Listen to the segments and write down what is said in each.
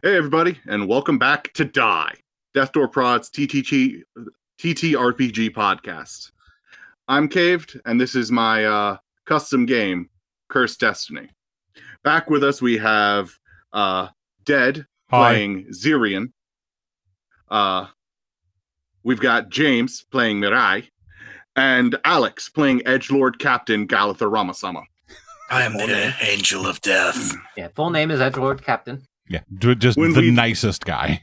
Hey, everybody, and welcome back to Die, Death Door Prod's TTG, TTRPG podcast. I'm Caved, and this is my uh, custom game, Cursed Destiny. Back with us, we have uh, Dead playing Zirian. Uh, we've got James playing Mirai, and Alex playing Edgelord Captain Galatha Ramasama. I am the angel of death. Yeah, full name is Edgelord Captain. Yeah, d- just When the we- nicest guy.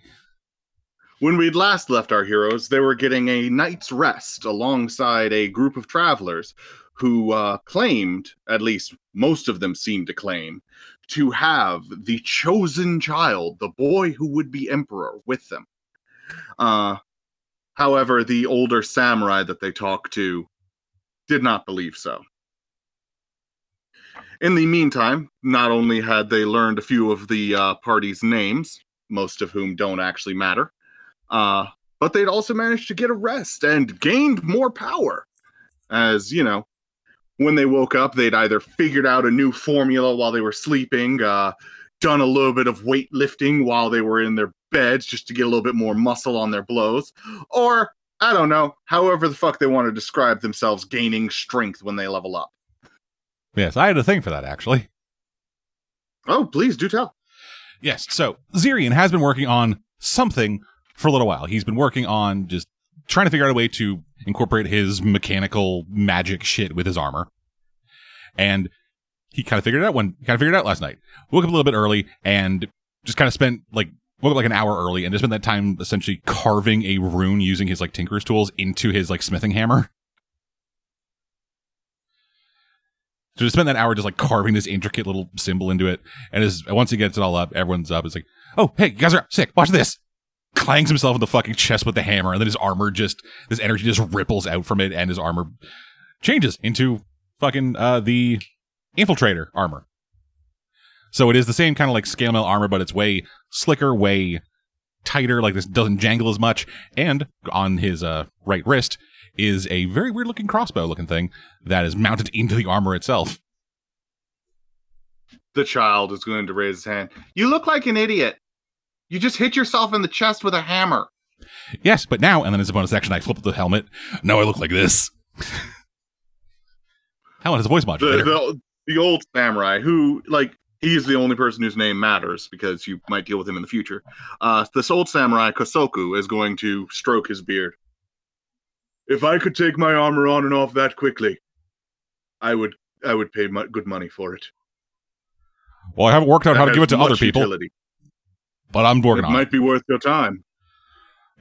When we'd last left our heroes, they were getting a night's rest alongside a group of travelers who uh, claimed, at least most of them seemed to claim, to have the chosen child, the boy who would be emperor, with them. Uh, however, the older samurai that they talked to did not believe so. In the meantime, not only had they learned a few of the uh, party's names, most of whom don't actually matter, uh, but they'd also managed to get a rest and gained more power. As you know, when they woke up, they'd either figured out a new formula while they were sleeping, uh, done a little bit of weightlifting while they were in their beds just to get a little bit more muscle on their blows, or I don't know, however the fuck they want to describe themselves gaining strength when they level up. Yes, I had a thing for that actually. Oh, please do tell. Yes, so Zirian has been working on something for a little while. He's been working on just trying to figure out a way to incorporate his mechanical magic shit with his armor. And he kind of figured it out when kind of figured it out last night. Woke up a little bit early and just kind of spent like woke up like an hour early and just spent that time essentially carving a rune using his like tinker's tools into his like smithing hammer. So just spend that hour just like carving this intricate little symbol into it. And as once he gets it all up, everyone's up. It's like, oh, hey, you guys are up. Sick. Watch this. Clangs himself in the fucking chest with the hammer. And then his armor just, this energy just ripples out from it. And his armor changes into fucking uh, the infiltrator armor. So it is the same kind of like scale mail armor, but it's way slicker, way tighter. Like this doesn't jangle as much. And on his uh, right wrist is a very weird looking crossbow looking thing that is mounted into the armor itself. The child is going to raise his hand. You look like an idiot. You just hit yourself in the chest with a hammer. Yes, but now, and then as a bonus action, I flip the helmet. Now I look like this. helmet has a voice the, modulator. the the old samurai who like he's the only person whose name matters because you might deal with him in the future. Uh, this old samurai Kosoku is going to stroke his beard. If I could take my armor on and off that quickly, I would I would pay mu- good money for it. well, I haven't worked out how to give it to other people, Utility. but I'm It working on it. might be worth your time.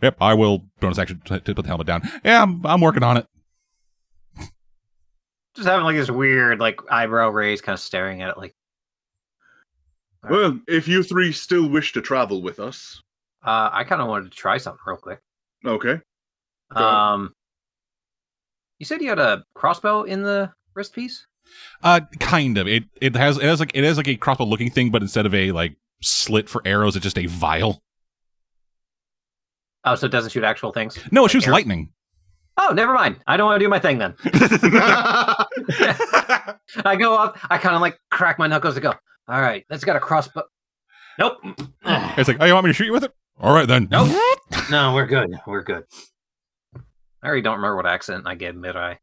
Yep, I will bonus action to to put the helmet down. Yeah, I'm, I'm working on it. Just having like this weird, like eyebrow raise, kind of staring at it. Like, Alright. Well, if you three still wish to travel with us, uh, I kind of wanted to try something real quick. okay. Go ahead. Um, you said you had a crossbow in the wrist piece. Uh, kind of. It it has it has like it has like a crossbow looking thing, but instead of a like slit for arrows, it's just a vial. Oh, so it doesn't shoot actual things. No, it Like shoots arrows? lightning. Oh, never mind. I don't want to do my thing then. I go up. I kind of like crack my knuckles and go. All right, that's got a crossbow. Nope. It's like, oh, you want me to shoot you with it? All right then. Nope. no, we're good. We're good. I already don't remember what accent I gave mid eye.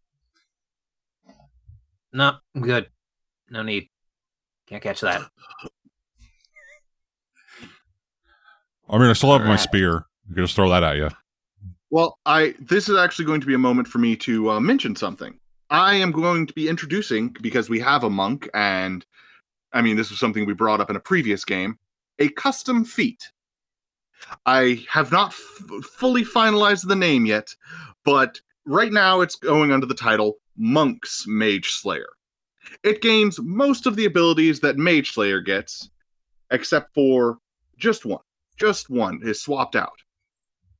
No, I'm good. No need. Can't catch that. I mean, I still have my Alright. spear. I'm gonna just throw that at you. Well, I this is actually going to be a moment for me to uh, mention something. I am going to be introducing because we have a monk, and I mean this was something we brought up in a previous game, a custom feat. I have not f- fully finalized the name yet, but right now it's going under the title Monk's Mage Slayer. It gains most of the abilities that Mage Slayer gets, except for just one. Just one is swapped out.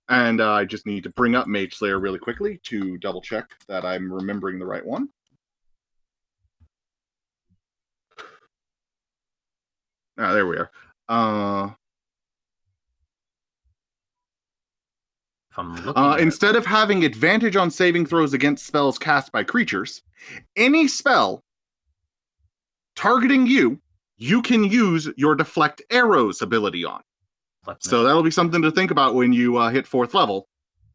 And uh, I just need to bring up Mage Slayer really quickly to double check that I'm remembering the right one. Ah, there we are. Uh, If I'm looking. uh, at it. instead of having advantage on saving throws against spells cast by creatures, any spell targeting you, you can use your deflect arrows ability on. Like, So that'll be something to think about when you uh, hit fourth level.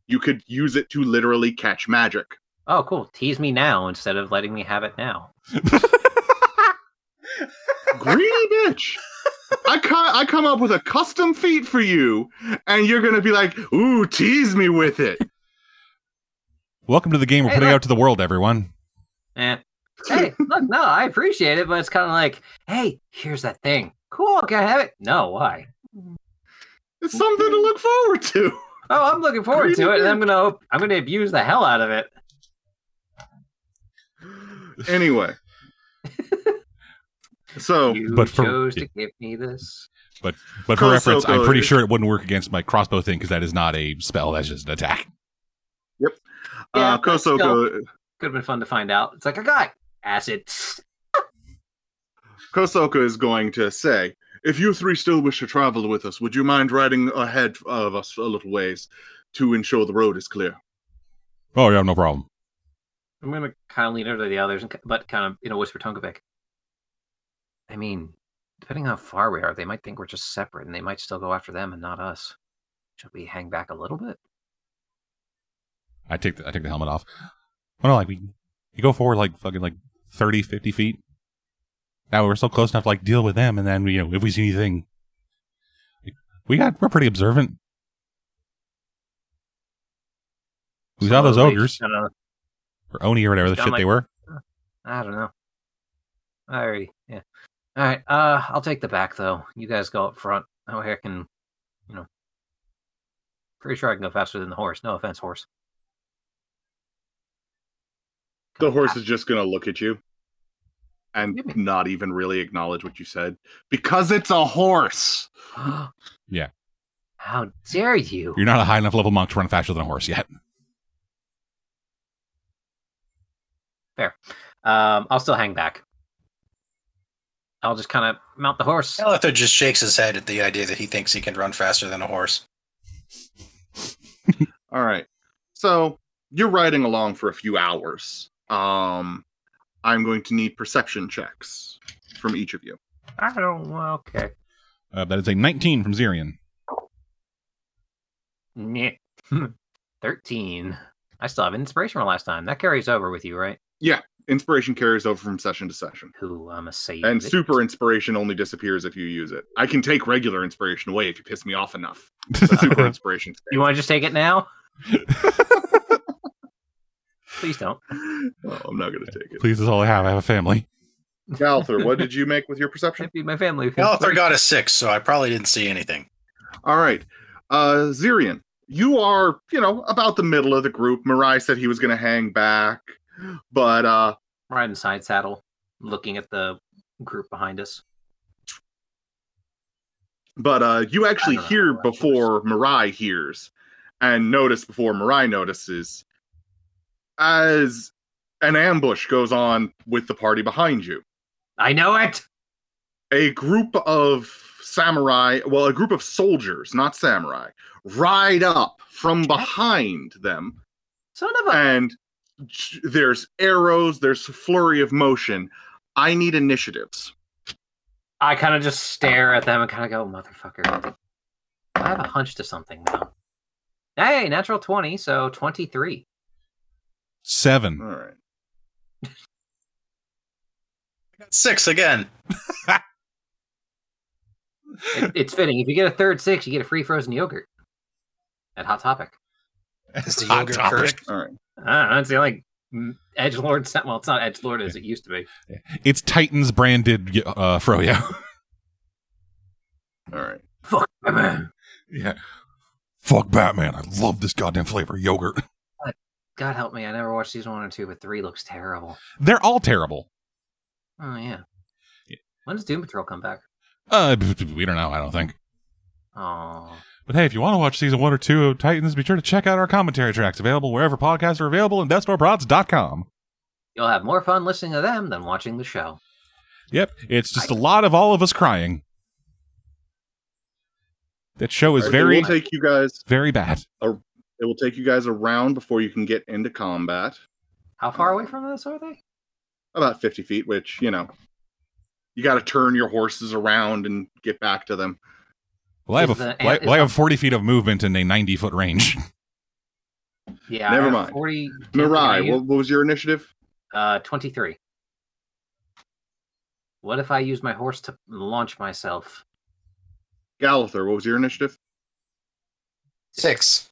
You could use it to literally catch magic. oh, cool. Tease me now instead of letting me have it now. Greedy bitch. I co- I come up with a custom feat for you, and you're gonna be like, "Ooh, tease me with it." Welcome to the game we're Hey, putting look. out to the world, everyone. Eh. Hey, look, no, I appreciate it, but it's kind of like, hey, here's that thing. Cool, can I have it? No, why? It's something to look forward to. Oh, I'm looking forward to it, and I'm gonna, I'm gonna abuse the hell out of it. Anyway, so You But for- chose to give me this. But for Cool, reference, so I'm pretty good. sure it wouldn't work against my crossbow thing because that is not a spell. That's just an attack. uh, Yeah, Kosoko, let's Could have been fun to find out. It's like a guy, acid. Kosoka is going to say, If you three still wish to travel with us, would you mind riding ahead of us a little ways to ensure the road is clear? Oh yeah, no problem. I'm gonna kind of lean over to the others, and, ki- but kind of, you know, whisper Tonkovic. I mean, depending how far we are, they might think we're just separate, and they might still go after them and not us. Should we hang back a little bit? I take the, I take the helmet off. Oh no, like we you go forward like fucking like 30, 50 feet. Now we're so close enough to like deal with them, and then you know if we see anything, we got we're pretty observant. We saw those Slowly, ogres kinda or oni or whatever the I'm shit like- they were. I don't know. I already, yeah. All right, uh, I'll take the back though. You guys go up front. That way I can, you know, pretty sure I can go faster than the horse. No offense, horse. The horse is just going to look at you and Really? not even really acknowledge what you said because it's a horse. Yeah. How dare you? You're not a high enough level monk to run faster than a horse yet. Um, I'll still hang back. I'll just kind of mount the horse. Elithor just shakes his head at the idea that he thinks he can run faster than a horse. All right. So you're riding along for a few hours. Um, I'm going to need perception checks from each of you. I don't. well, Okay. Uh, that is a 19 from Zirian. Nyeh. Thirteen. I still have inspiration from last time. That carries over with you, right? Inspiration carries over from session to session. Who I'm a save. And it. super inspiration only disappears if you use it. I can take regular inspiration away if you piss me off enough. But super inspiration. You want to just take it now? Please don't. No, Oh, I'm not going to take it. Please, is all I have. I have a family. Galther, what did you make with your perception? Can't be my family. who's Elithor very- got a six, so I probably didn't see anything. All right. Uh Zirian, you are, you know, about the middle of the group. Mirai said he was going to hang back, but uh riding side saddle, looking at the group behind us. but uh you actually I don't know hear about yours. before Mirai hears and notice before Mirai notices as an ambush goes on with the party behind you. I know it. a group of samurai, well, a group of soldiers, not samurai, ride up from behind them, Son of a. and j- there's arrows, there's a flurry of motion. I need initiatives. I kind of just stare at them and kind of go, motherfucker. I have a hunch to something now. Hey, natural twenty, so twenty-three. Seven. All right. I got Six again. It- it's fitting. If you get a third six, you get a free frozen yogurt at Hot Topic. Is the Hot yogurt topic. cursed? All right. I don't know. It's the only mm, edge lord. Well, it's not edge lord as it used to be. It's Titans branded uh, Froyo. All right. Fuck, man. Yeah. Fuck Batman. I love this goddamn flavor of yogurt. God help me. I never watched season one or two, but three looks terrible. They're all terrible. Oh yeah. Yeah. When does Doom Patrol come back? Uh, b- b- we don't know. I don't think. Oh, But hey, if you want to watch season one or two of Titans, be sure to check out our commentary tracks available wherever podcasts are available and deathstorprods.com. you'll have more fun listening to them than watching the show. Yep, it's just a lot of all of us crying. That show is All right, very, It will take you guys. very bad. It will take you guys a round before you can get into combat. How far away from us are they? About fifty feet, which you know, you got to turn your horses around and get back to them. Well, I have, Is a, the well, I- ant- is well, I have 40 feet of movement in a 90 foot range. Yeah. I Never have mind. 40, Mirai, 40, what, what was your initiative? Uh, 23. What if I use my horse to launch myself? Galather, what was your initiative? Six.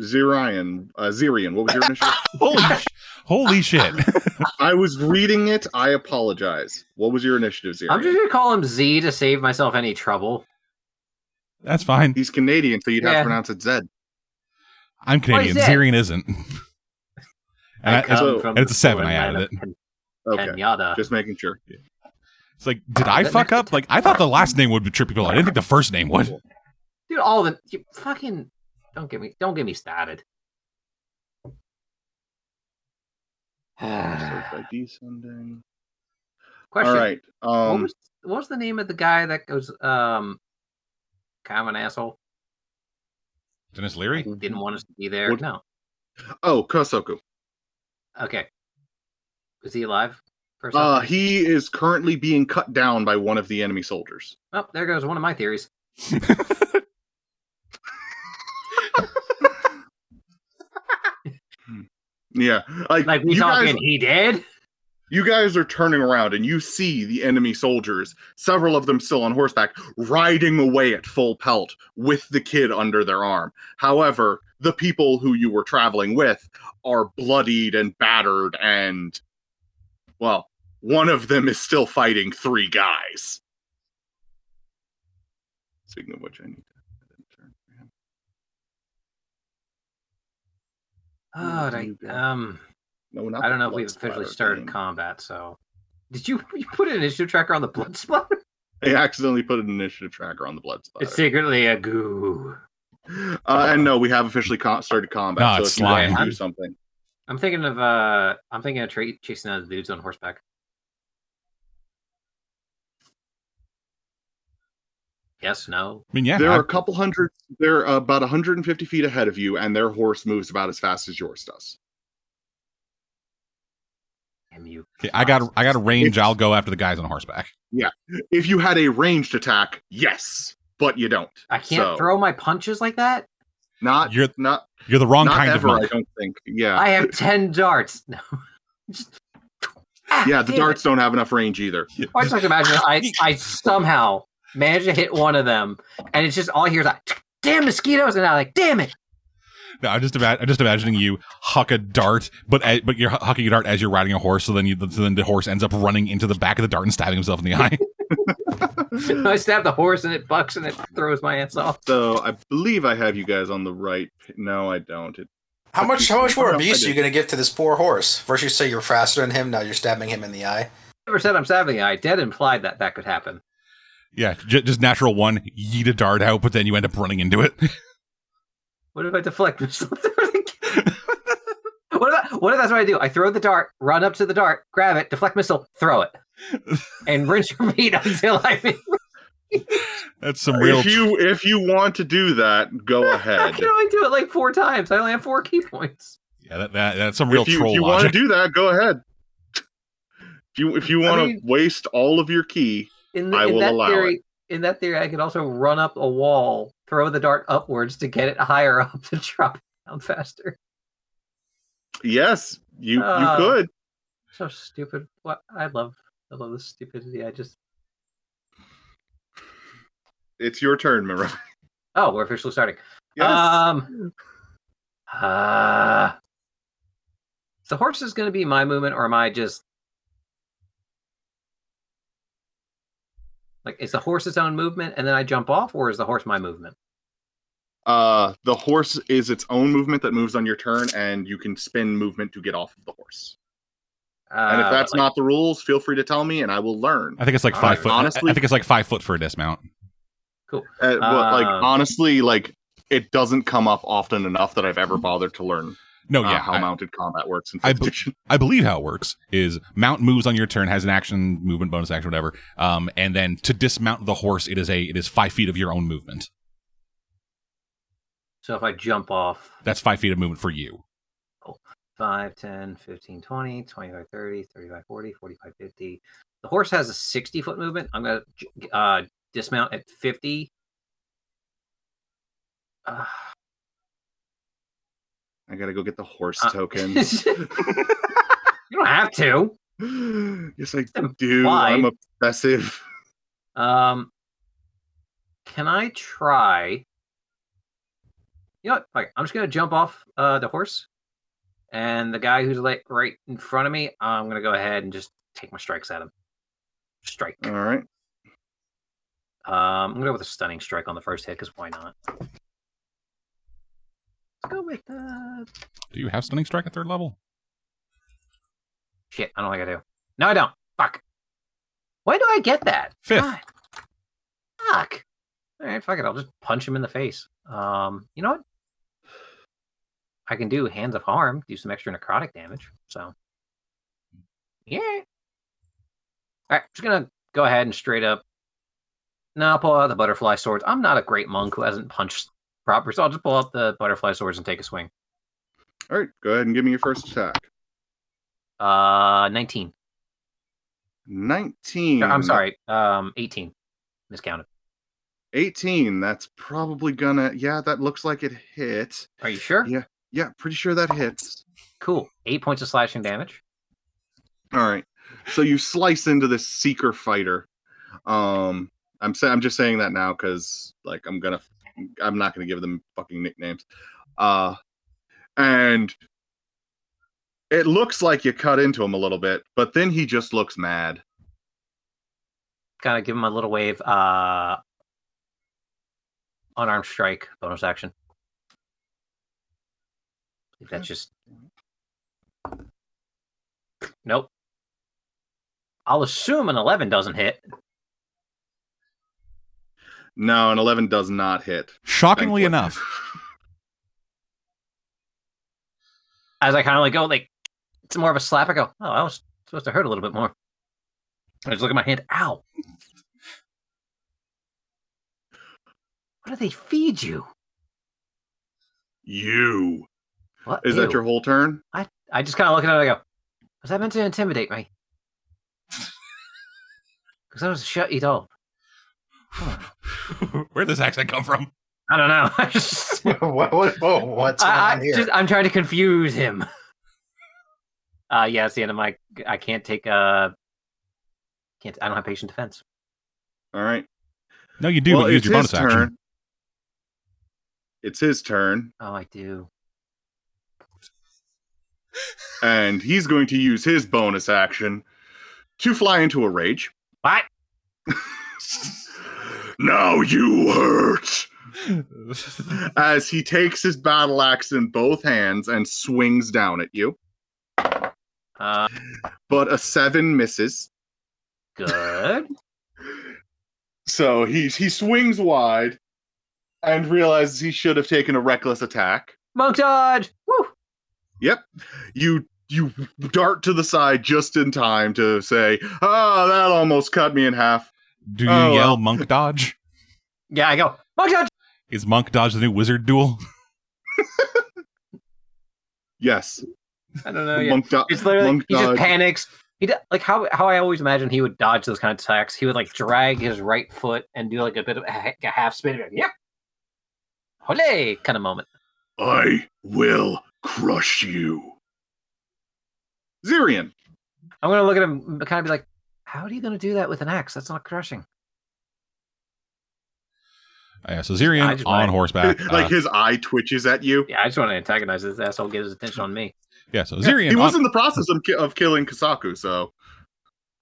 Zirion, uh, Zirion, what was your initiative? holy, sh- holy shit. I was reading it. I apologize. What was your initiative, Zirion? I'm just going to call him Z to save myself any trouble. That's fine. He's Canadian, so you'd have Yeah. to pronounce it Zed. I'm Canadian. is it? Zirian isn't. And, I, come- so- and it's a seven, I added it. Okay, Kenyatta. just making sure. it's like, did I fuck up? Like, I thought the last name would trip people out. I didn't think the first name would. Dude, all the you fucking don't get me don't get me started. Search Question. by descending. All right. what, Um, was, what was the name of the guy that goes um kind of an asshole? Dennis Leary? Didn't want us to be there. What- No. oh, Kosoku. Okay. Is he alive? First Uh, he is currently being cut down by one of the enemy soldiers. oh, there goes one of my theories. Yeah, like, Like we you talking, guys, he did. you guys are turning around and you see the enemy soldiers, several of them still on horseback, riding away at full pelt with the kid under their arm. However, the people who you were traveling with are bloodied and battered, and well, one of them is still fighting three guys. Speaking of which, I need to turn for him. Oh, I, um, No, not the I don't know if blood we've officially splatter started game. combat. So, did you you put an initiative tracker on the blood splatter? I accidentally put an initiative tracker on the blood splatter. It's secretly a goo. Uh, and no, we have officially co- started combat. No, so it's if you guys slime. Do something. I'm thinking of uh, I'm thinking of tra- chasing out the dudes on horseback. Yes, no. I mean, yeah. there I- are a couple hundred. They're about 150 feet ahead of you, and their horse moves about as fast as yours does. Damn you. okay, I got I got a range. It's- I'll go after the guys on horseback. If you had a ranged attack, yes, but you don't. I can't So, throw my punches like that. Not You're- not You're the wrong not kind ever. of I monk. don't think. Yeah, I have ten darts. No. Just- Ah, yeah. The damn it. darts don't have enough range either. I just like to imagine I, I somehow managed to hit one of them, and it's just all I hear is like, damn mosquitoes, and I'm like, damn it. No, I'm just ima- I'm just imagining you huck a dart, but a- but you're hu- hucking a dart as you're riding a horse. So then you so then the horse ends up running into the back of the dart and stabbing himself in the eye. I stab the horse, and it bucks, and it throws my ass off. So I believe I have you guys on the right. p- No, I don't. It, How much? How much more Oh, no, I abuse are you did. going to give to this poor horse? First, you say you're faster than him. Now you're stabbing him in the eye. Never said I'm stabbing the eye. Dead implied that that could happen. yeah, j- just natural one. Yeet a dart out, but then you end up running into it. What if I deflect myself? What if, I, what if that's what I do? I throw the dart, run up to the dart, grab it, deflect missile, throw it, and rinse repeat until I That's some real. if you if you want to do that, go I ahead. can only do it like four times. I only have four key points. yeah, that, that, that's some real if you, troll if you want to logic. do that, go ahead. If you if you want to mean- waste all of your key, In, the, I in will that allow it. theory, in that theory, I could also run up a wall, throw the dart upwards to get it higher up to drop it down faster. yes, you Uh, you could. So stupid. What I love, I love this stupidity. I just It's your turn, Mirai. oh, we're officially starting. Yes. Um. Uh, the horse is going to be my movement, or am I just like is the horse its own movement, and then I jump off, or is the horse my movement? uh, the horse is its own movement that moves on your turn, and you can spin movement to get off of the horse. Uh, And if but, that's like, not the rules, feel free to tell me, and I will learn. I think it's like All five right, foot. honestly- I think it's like five foot for a dismount. Uh, but, like Um, honestly, like it doesn't come up often enough that I've ever bothered to learn No, uh, Oh, yeah, how I- mounted combat works in I fifth be- edition. I believe how it works is mount moves on your turn, has an action, movement, bonus action, whatever. Um, and then to dismount the horse, it is a it is five feet of your own movement. so if I jump off, That's five feet of movement for you. 5, 10, 15, 20, 25, 30, 35, 40, 45, 50. The horse has a 60 foot movement. I'm going to uh, dismount at 50. Uh, I gotta go get the horse Uh, token. you don't have to. yes, I do. I'm obsessive. Um, can I try? You know what? Fuck it. I'm just gonna jump off uh, the horse, and the guy who's like right in front of me, I'm gonna go ahead and just take my strikes at him. Strike. All right. Um, I'm gonna go with a stunning strike on the first hit because why not? Let's go with uh, Do you have stunning strike at third level? shit. I don't think I do. No, I don't. Fuck. Why do I get that? Fifth. God. Fuck. All right, fuck it. I'll just punch him in the face. Um, you know what? I can do hands of harm, do some extra necrotic damage. So, yeah. All right, just gonna go ahead and straight up. No, I'll pull out the butterfly swords. I'm not a great monk who hasn't punched proper, so I'll just pull out the butterfly swords and take a swing. All right. Go ahead and give me your first attack. Uh, 19. 19. I'm sorry, um, 18. Miscounted. 18. That's probably gonna. Yeah, that looks like it hit. Are you sure? Yeah. Yeah, pretty sure that hits. Cool. Eight points of slashing damage. All right. So you slice into this seeker fighter. Um, I'm sa- I'm just saying that now because like I'm gonna I'm not gonna give them fucking nicknames. Uh, and it looks like you cut into him a little bit, but then he just looks mad. kind of give him a little wave. Uh, unarmed strike, bonus action. If That's just nope. I'll assume an eleven doesn't hit. No, an 11 does not hit. Shockingly thankfully. enough, As I kind of like go like, it's more of a slap. I go, oh, I was supposed to hurt a little bit more. I just look at my hand. Ow! What do they feed you? You What is that Ew. your whole turn? I just kind of look at it and I go, was that meant to intimidate me? Because I was a shitty dog. where'd this accent come from? I don't know. I just, what, what, whoa, what's going I, on I here? just, I'm trying to confuse him. Uh, yeah, it's the end of my. I can't take. Uh, can't. I don't have patient defense. All right. No, you do, well, but you use it's your his bonus action. turn. It's his turn, Oh, I do. and he's going to use his bonus action to fly into a rage. What? now you hurt! As he takes his battle axe in both hands and swings down at you, Uh, but a seven misses. good. So he he swings wide and realizes he should have taken a reckless attack. Monk dodge. Woo. You you dart to the side just in time to say, "Ah, that almost cut me in half." Do you Oh, yell well. monk dodge? Yeah, I go. Monk dodge. Is monk dodge the new wizard duel? Yes, I don't know. yet. monk, do- Oh, It's literally monk he dodge. just panics. He d- like how how I always imagine he would dodge those kind of attacks. He would like drag his right foot and do like a bit of a, ha- a half spin. and be Like, yep, Olay kind of moment. I will crush you, Zirian. I'm gonna look at him, and kind of be like, "How are you gonna do that with an axe? That's not crushing." Yeah, so I Zirian just on like- horseback. like uh, his eye twitches at you. Yeah, I just want to antagonize this asshole, get his attention on me. yeah, so he Zirian was on, in the process of, ki- of killing Kasaku, so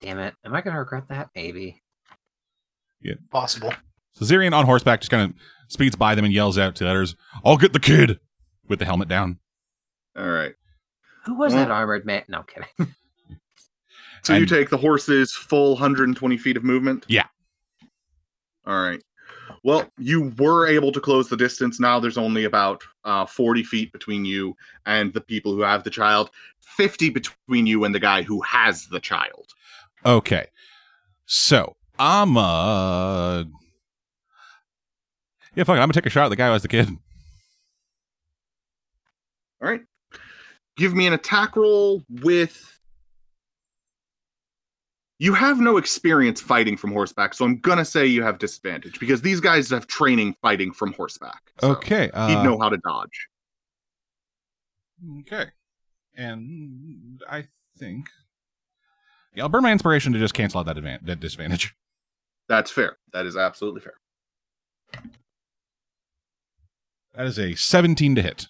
Damn it! Am I gonna regret that? Maybe. Possible. so Zirian on horseback just kind of speeds by them and yells out to the others, "I'll get the kid!" with the helmet down. all right. Who was Well- that armored man? No I'm kidding. So you And- take the horse's full 120 feet of movement. Yeah. All right. Well, you were able to close the distance. Now there's only about uh, 40 feet between you and the people who have the child. 50 between you and the guy who has the child. Okay, so I'm uh, yeah, fuck it, I'm gonna take a shot at the guy who has the kid. All right. Give me an attack roll with You have no experience fighting from horseback, so I'm gonna say you have disadvantage because these guys have training fighting from horseback. so Okay. Uh, he'd know how to dodge. Okay. And I think. Yeah, I'll burn my inspiration to just cancel out that, advan- that disadvantage. That's fair. That is absolutely fair. That is a 17 to hit.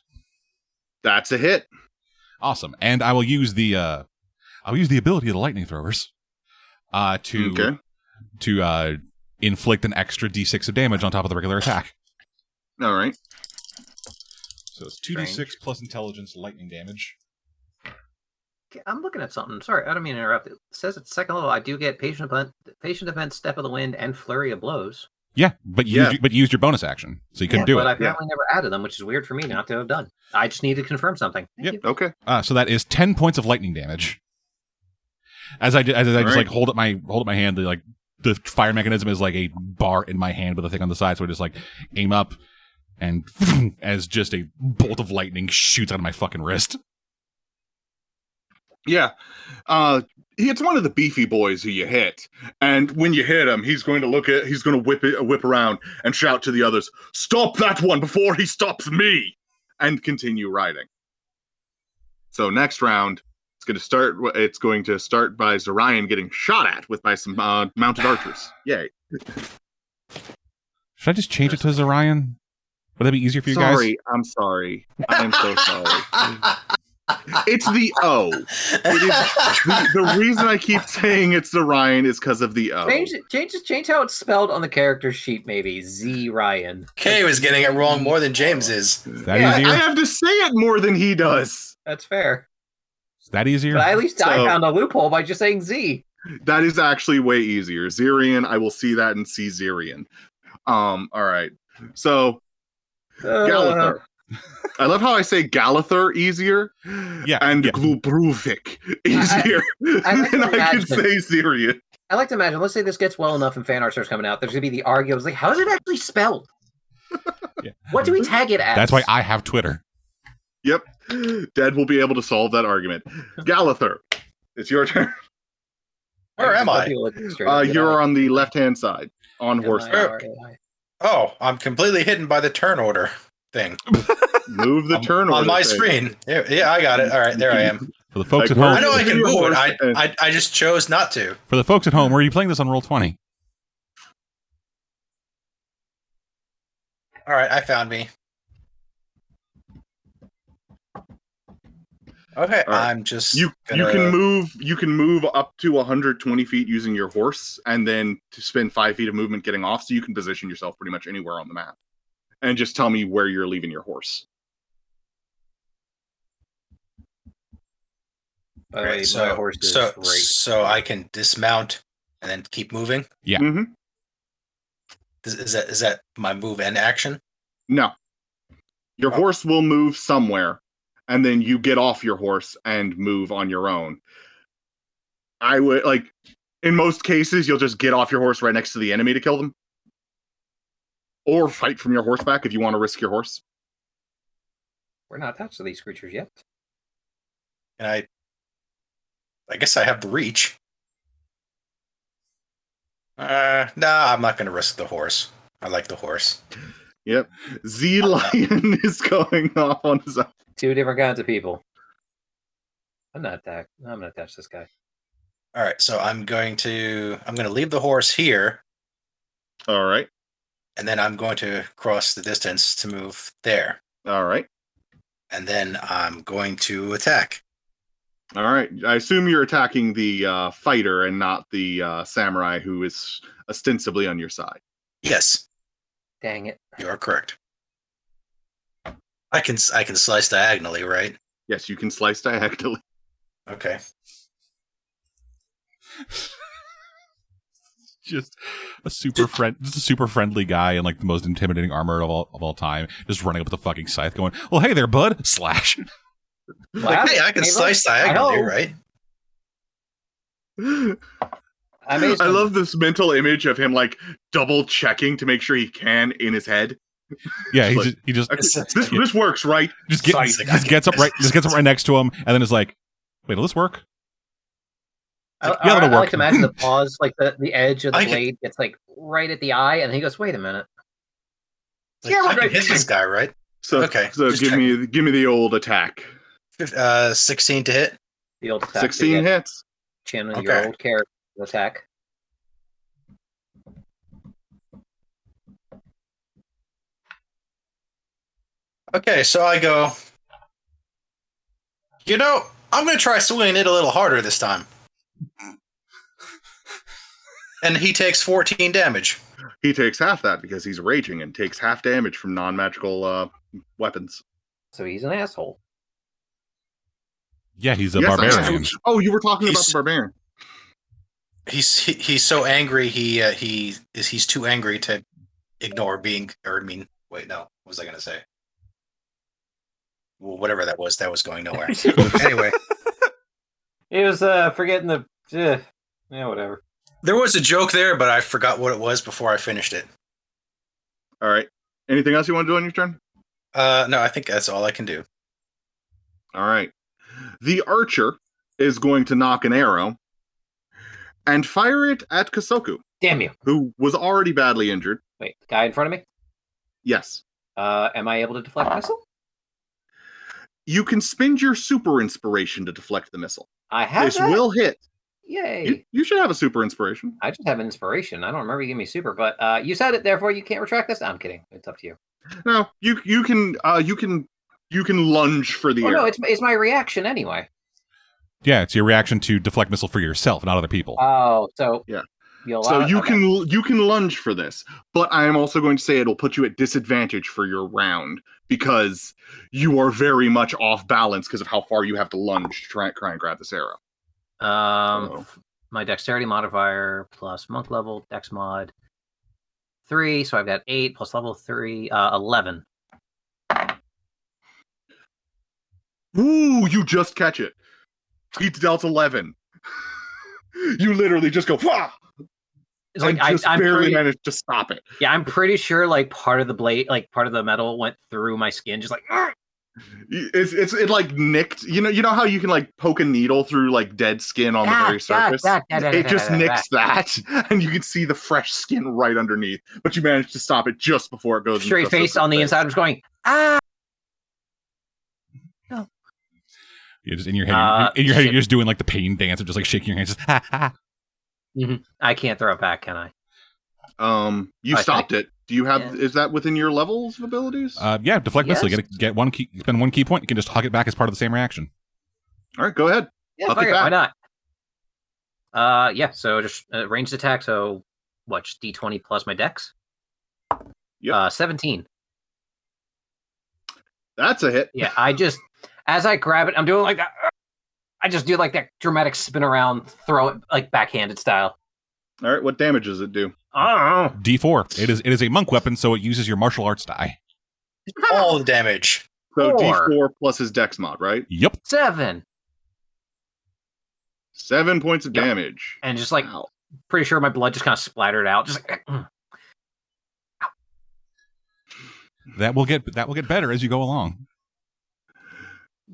That's a hit. Awesome. And I will use the uh I'll use the ability of the lightning throwers uh to Okay. to uh inflict an extra d6 of damage on top of the regular attack. All right. So it's Strange. 2d6 plus intelligence lightning damage. Okay, I'm looking at something. Sorry, I don't mean to interrupt. It says at second level, I do get patient event, patient event, step of the wind, and flurry of blows. Yeah, but you Yeah. used, your- but you used your bonus action, so you couldn't Yeah, do but I it. apparently never added them, which is weird for me not to have done. I just need to confirm something. Thank Yep. you. Okay. Uh, so that is 10 points of lightning damage. As I ju- as I just Alright. like hold up my hold up my hand, the, like the fire mechanism is like a bar in my hand with a thing on the side, so I just like aim up and as just a bolt of lightning shoots out of my fucking wrist. Yeah. Uh he hits one of the beefy boys who you hit. And when you hit him, he's going to look at he's going to whip it whip around and shout to the others, "Stop that one before he stops me." And continue riding. So next round, it's going to start it's going to start by Zorion getting shot at with by some uh, mounted archers. Yay. Should I just change it to Zorion? Would that be easier for you sorry, guys? I'm sorry. I am so sorry. It's the O. The, the reason I keep saying it's the Ryan is because of the Uh, O. Change it. Change change how it's spelled on the character sheet. Maybe Z Ryan. Kay was getting it wrong more than James is. Is that Yeah, I easier? have to say it more than he does. That's fair. Is that easier? But at least I So- found a loophole by just saying Z. That is actually way easier. Zerian, I will see that and see Zerian. Um, all right. So Uh, Galather. I love how I say Galather easier. Yeah, And yeah. Glubruvik easier I like than to I can imagine. say Zerian. I like to imagine. Let's say this gets well enough and fan art starts coming out. There's gonna be the argument. Like, how's it actually spelled? Yeah. What do we Mm-hmm. tag it as? That's why I have Twitter. Yep. Dad will be able to solve that argument. Galather, it's your turn. Where am I? Uh, you're on the left hand side on horseback. Oh, I'm completely hidden by the turn order thing Move the turn on order my thing. screen. Yeah, yeah, I got it. All right, there I am. For the Like, folks at we're- home, I know I can Your move it. horse I, and- I, I just chose not to. for the folks at home, were you playing this on roll twenty? All right, I found me. Okay, All right. I'm just You you gonna- can move you can move up to 120 feet using your horse, and then to spend five feet of movement getting off, so you can position yourself pretty much anywhere on the map. And just tell me where you're leaving your horse. By the All way, right, my so, horse is so, great. so I can dismount and then keep moving. Yeah. Mhm. Is, is that is that my move and action? No, your horse will move somewhere, and then you get off your horse and move on your own. I would like, in most cases, you'll just get off your horse right next to the enemy to kill them, or fight from your horseback if you want to risk your horse. We're not attached to these creatures yet. And I, I guess I have the reach. Uh, nah, I'm not gonna risk the horse. I like the horse. Z Lion is going off on his own. Two different kinds of people. I'm not attacked. I'm gonna attach this guy. All right, so I'm going to I'm going to leave the horse here, All right. and then I'm going to cross the distance to move there, All right. and then I'm going to attack. All right. I assume you're attacking the uh, fighter and not the uh, samurai who is ostensibly on your side. Yes, Dang it! you are correct. I can s- I can slice diagonally, right? Yes, you can slice diagonally. Okay. Just a super friend, just a super friendly guy in like the most intimidating armor of all of all time, just running up with a fucking scythe, going, "Well, hey there, bud!" Slash. Wow, Like, hey, I can Caleb, slice diagonally, Oh. know. right? I, I made some- love this mental image of him like double checking to make sure he can in his head. Yeah, he Like- just he just Okay, It's- This this works, right? just, get, Scythe. just gets up right just gets up right next to him, and then is like, "Wait, will this work?" Like, I, yeah, I, that'll I work. like to imagine the paws, like the, the edge of the I can- blade gets like right at the eye, and he goes, "Wait a minute." Like, Yeah, I right. can hit this guy, right? So Okay, so just give me give me the old attack. Fif- Uh, 16 to hit. The old attack. Sixteen hit. hits. Chin with your Okay. old character attack. Okay, so I go. You know, I'm gonna try swinging it a little harder this time. and he takes 14 damage. He takes half that because he's raging and takes half damage from non magical uh, weapons. So he's an asshole. Yeah, he's a Yes, I- barbarian. Oh, you were talking about He's- the barbarian. He's he, he's so angry. He uh, he is he's too angry to ignore being. Or I mean, wait, no. What was I gonna say? Well, whatever that was, that was going nowhere. anyway, He was uh, forgetting the. eh, yeah, whatever. there was a joke there, but I forgot what it was before I finished it. All right. Anything else you want to do on your turn? Uh, no, I think that's all I can do. All right. The archer is going to knock an arrow and fire it at Kasoku, Damn you! who was already badly injured. Wait, the guy in front of me. Yes. Uh, am I able to deflect missile? You can spend your super inspiration to deflect the missile. I have this that? will hit. Yay! You, you should have a super inspiration. I just have an inspiration. I don't remember you gave me super, but uh, you said it. Therefore, you can't retract this. I'm kidding. It's up to you. No, you you can uh you can you can lunge for the Oh arrow. no, it's it's my reaction anyway. Yeah, it's your reaction to deflect missile for yourself, not other people. Oh, so Yeah. you allow so it? you Okay. can you can lunge for this, but I am also going to say it'll put you at disadvantage for your round because you are very much off balance because of how far you have to lunge to try, try and grab this arrow. Um, So- f- my dexterity modifier plus monk level dex mod three, so I've got eight plus level three, uh, eleven. Ooh, you just catch it. He dealt eleven. you literally just go Wah! It's like and I, just I'm barely pretty, managed to stop it. yeah, I'm pretty sure like part of the blade, like part of the metal went through my skin, just like "Ah!" "Argh!" It's it's it like nicked. You know you know how you can like poke a needle through like dead skin on the Ah, very ah, surface. ah, ah, ah, it ah, just ah, ah, nicks that, and you can see the fresh skin right underneath. But you managed to stop it just before it ah." goes. into straight face Kasoku's on the face. inside. I'm just going ah. You're just in your head, Uh, in your head, shit. you're just doing like the pain dance of just like shaking your hands, just ha ha. I can't throw it back, can I? Um, you I stopped it. Do you have? Yeah. Is that within your levels of abilities? Uh, yeah, deflect missile. Yes. Get a, get one key, spend one key point. You can just hug it back as part of the same reaction. All right, go ahead. Yeah, I'll fuck take it, why that. not? Uh, yeah. So just uh, ranged attack. So what? just D20 plus my dex. Yep. Uh, seventeen. That's a hit. Yeah, I just as I grab it, I'm doing like that. I just do like that dramatic spin around, throw it like backhanded style. All right, what damage does it do? Oh, D four. It is it is a monk weapon, so it uses your martial arts die. All the damage. So D Four. four plus his Dex mod, right? Yep. seven, Seven points of Yep. damage. and just like Wow. pretty sure my blood just kind of splattered out. Just like, mm. That will get that will get better as you go along.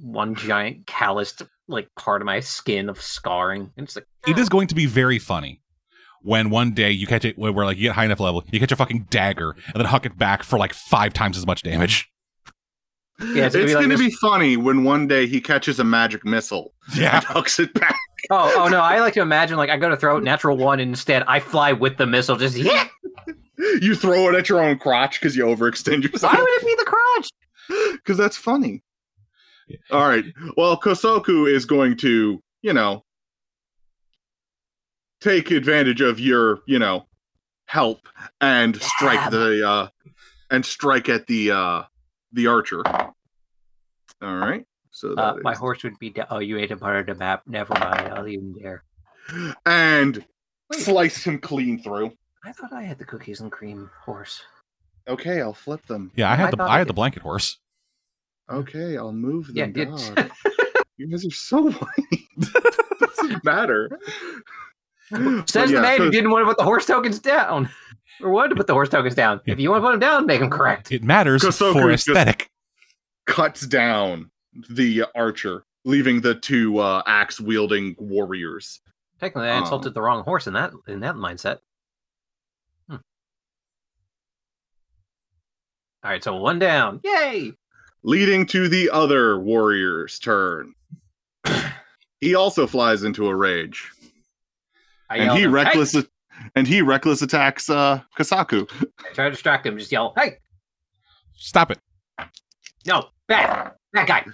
one giant calloused like part of my skin of scarring, and it's like It is going to be very funny when one day you catch it where where, like you get high enough level, you catch a fucking dagger and then huck it back for like five times as much damage. Yeah, it's, it's gonna be like going to this- be funny when one day he catches a magic missile Yeah. and hucks it back. oh oh no. I like to imagine like I go to throw it natural one, and instead I fly with the missile. Just yeah. You throw it at your own crotch because you overextend Why yourself. would it be the crotch? Because that's funny. All right. Well, Kosoku is going to, you know, take advantage of your, you know, help and strike the uh and strike at the uh the archer. All right. So Uh, that my is- horse would be. Da- oh, you ate a part of the map. Never mind. I'll leave him there. and Wait. slice him clean through. I thought I had the cookies and cream horse. Okay, I'll flip them. Yeah, I had I the thought I it had the did. blanket horse. Okay, I'll move Yeah, them. get- down. you guys are so white. Doesn't matter. But Says yeah, the man Hmm, so who didn't want to put the horse tokens down, or wanted to put the horse tokens down. If you want to put them down, make them correct. It matters Kosoku for is just- aesthetic. cuts down the archer, leaving the two uh, axe wielding warriors Technically, I Um, insulted the wrong horse in that in that mindset. Hmm. All right, so one down. Yay! leading to the other warrior's turn. he also flies into a rage, I and yelled, he "Hey!" reckless and he reckless attacks uh, Kasaku. I try to distract him. Just yell, "Hey! Stop it. No! Back! That guy!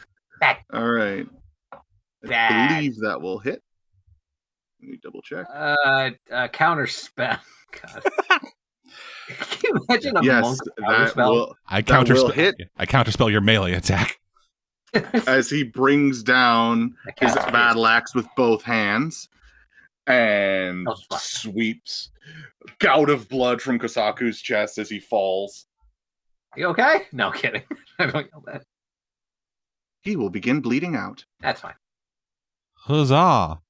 All right, I Back!" believe that will hit. Let me double check. Uh, uh counter spell. God. Can you imagine a Yes, monk counter that spell? will I That counter will hit. I counterspell your melee attack. as he brings down That his counter- battle axe with both hands and Oh, fuck. sweeps gout of blood from Kosaku's chest as he falls. You okay? No kidding. I don't yell that. He will begin bleeding out. That's fine. Huzzah!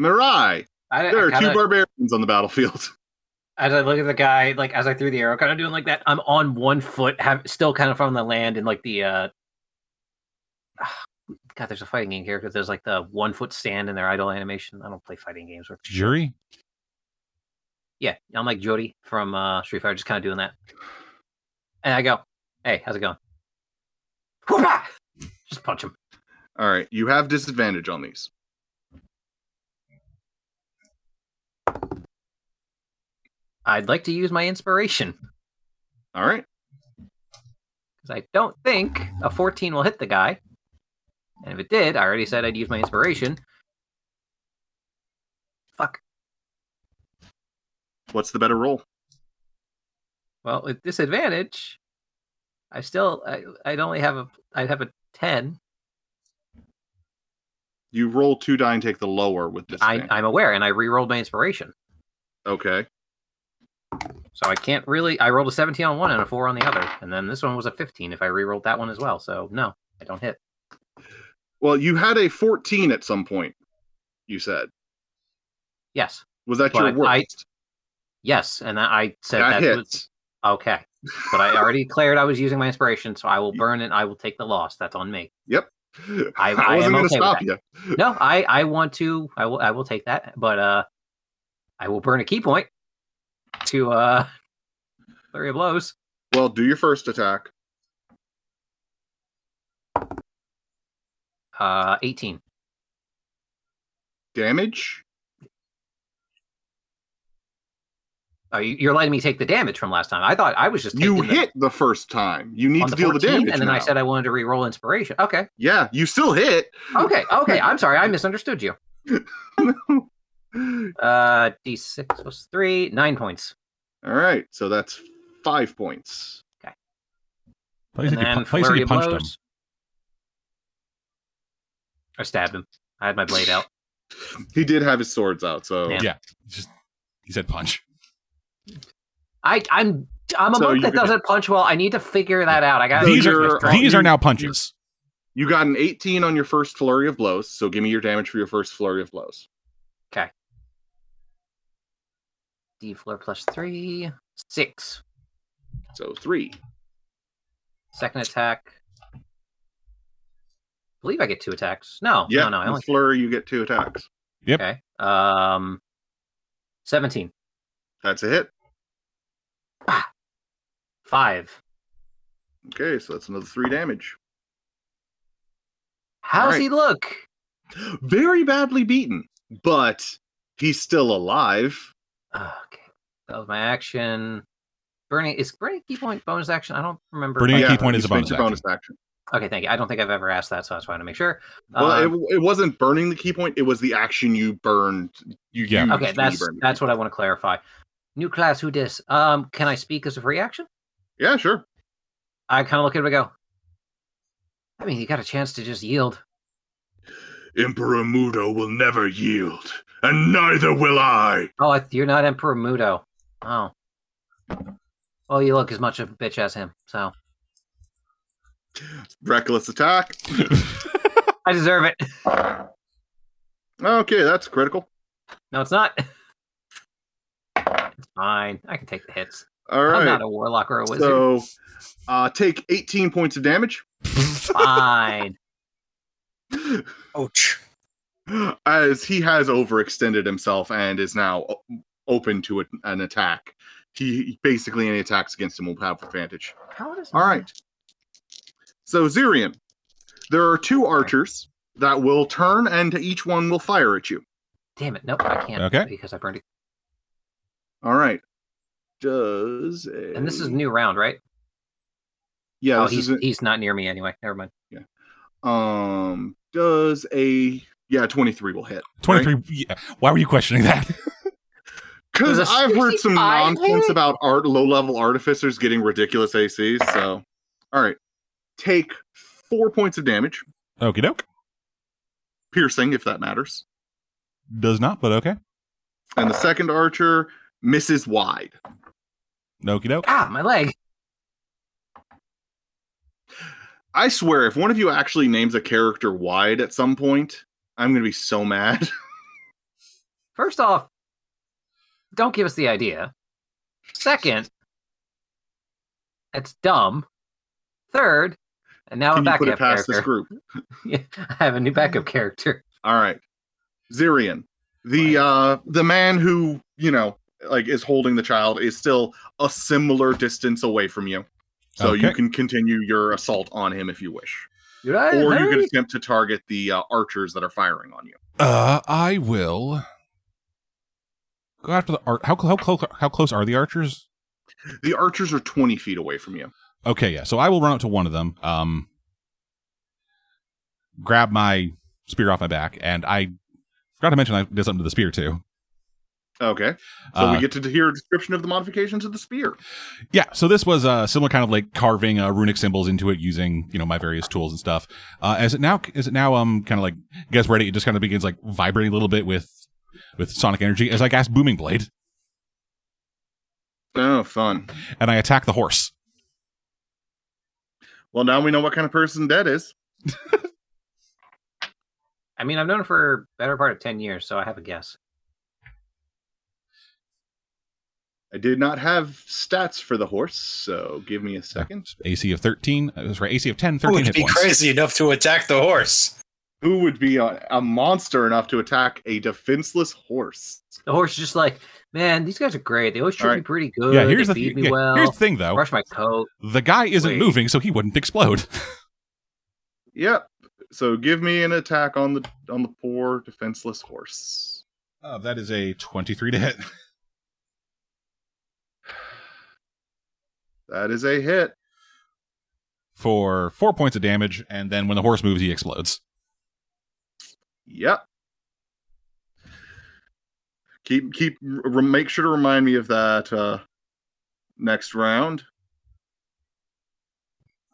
Mirai, I, there I are two kinda- barbarians on the battlefield. as I look at the guy, like as I threw the arrow, kind of doing like that. I'm on one foot, have still kind of from the land, and like the uh, God, there's a fighting game here because there's like the one foot stand in their idle animation. I don't play fighting games with. Jury? Yeah, I'm like Jody from uh, Street Fighter, just kind of doing that. And I go, "Hey, how's it going?" Whoopah! Just punch him. All right, you have disadvantage on these. I'd like to use my inspiration All right, because I don't think a 14 will hit the guy. And if it did, I already said I'd use my inspiration. Fuck. what's the better roll? Well, with disadvantage, I still I, I'd only have a I'd have a ten. You roll two die and take the lower with I, disadvantage. I'm aware, and I re-rolled my inspiration, okay, so I can't really. I rolled a seventeen on one and a four on the other, and then this one was a fifteen. If I re-rolled that one as well, so no, I don't hit. well, you had a 14 at some point, you said. Yes, Was that But your worst? I- yes, and that, I said that that, hits. was okay, but I already declared I was using my inspiration, so I will burn it. I will take the loss. That's on me. Yep. I- I wasn't am gonna okay with stop that. you. No, I I want to. I will I will take that, but uh, I will burn a key point to uh, flurry of blows. Well, do your first attack. Uh, 18. Damage? Oh, you- you're letting me take the damage from last time. I thought I was just You taking the- hit the first time. You need on to the deal the 14, damage. and then I now. said I wanted to re-roll inspiration. Okay, Yeah, you still hit. okay, okay. I'm sorry, I misunderstood you. All Uh, d6 plus three, nine points. right, so that's five points. Thought you said and you then pu- thought you said flurry you of punched him. blows. I stabbed him. I had my blade out. He did have his swords out, so Yeah. Just he said punch. I, I'm, I'm a So monk you that could- doesn't punch well. I need to figure that out. I got. These These are- are you're- these are now you're- punches. you got an 18 on your first flurry of blows. So give me your damage for your first flurry of blows. D floor plus three, six. So three. Second attack. believe I get two attacks. No, Yeah, no, no. I with only flurry, you get two attacks. Okay. Um, seventeen. That's a hit. Five. Okay, so that's another three damage. How's Alright. he look? Very badly beaten, but he's still alive. Okay. That was my action. Bernie is Bernie key point bonus action. I don't remember. Bernie if I- key point is a you spent bonus your action. action. Okay, thank you. I don't think I've ever asked that, so I just wanted to make sure. Well, Um, it, it wasn't burning the key point. It was the action you burned. You Yeah. used okay, when you that's burned the key that's what I want to clarify. New class, who dis? Um, can I speak as a free action? Yeah, sure. I kind of look at him and go. I mean, you got a chance to just yield. Emperor Mudo will never yield, and neither will I. Oh, I- you're not Emperor Mudo. Oh. Well, you look as much of a bitch as him, so Reckless attack. I deserve it. Okay, that's critical. No, it's not. It's fine. I can take the hits. All I'm right. not a warlock or a wizard. So, uh, take 18 points of damage. Fine. Ouch. as he has overextended himself and is now o- open to a, an attack. He basically any attacks against him will have advantage. How does All right. So Zirian, there are two archers that will turn, and each one will fire at you. Damn it! Nope, I can't. Okay. Because I burned it. All right. Does a... And this is new round, right? yeah. oh, this he's is a- he's not near me anyway. Never mind. um. Does a yeah twenty three will hit 23. Yeah. Why were you questioning that? because Does a I've heard some 65 nonsense hit? about art low level artificers getting ridiculous ACs. So, all right, take four points of damage, Okie doke. piercing if that matters, Does not, but okay. and Uh. the second archer misses wide. Okie doke. Ah, my leg. I swear, if one of you actually names a character wide at some point, I'm going to be so mad. First off, don't give us the idea. Second, that's dumb. Third, and now Can a you put backup it past this character. group? Yeah, I have a new backup character. All right, Zirian, the uh, the man who you know like is holding the child is still a similar distance away from you, so you Okay. can continue your assault on him if you wish, You're right, or you Harry. can attempt to target the uh, archers that are firing on you. Uh, I will go after the art. How, cl- how, clo- how close are the archers? The archers are 20 feet away from you. Okay, yeah. So I will run up to one of them, um, grab my spear off my back, and I forgot to mention I did something to the spear too. Okay, so Uh, we get to hear a description of the modifications of the spear. Yeah, so this was a similar kind of like carving uh, runic symbols into it using you know my various tools and stuff. Uh, as it now as it now um kind of like gets ready, it just kind of begins like vibrating a little bit with with sonic energy as I cast booming blade Oh, fun. and I attack the horse. Well, now we know what kind of person that is. I mean, I've known him for better part of ten years, so I have a guess. I did not have stats for the horse, so give me a second. AC of thirteen. Uh, that's right. AC of 10, Who 13 would hit be points. crazy enough to attack the horse? Who would be a, a monster enough to attack a defenseless horse? The horse is just like, man, these guys are great. They always treat All right. me pretty good. Yeah, here's they the feed th- me yeah, well. here's the thing though. brush my coat. The guy isn't Wait. moving, so he wouldn't explode. Yep. So give me an attack on the on the poor defenseless horse. Uh, that is a 23 to hit. That is a hit. For four points of damage, and then when the horse moves, he explodes. Yep. Keep keep re- make sure to remind me of that uh next round.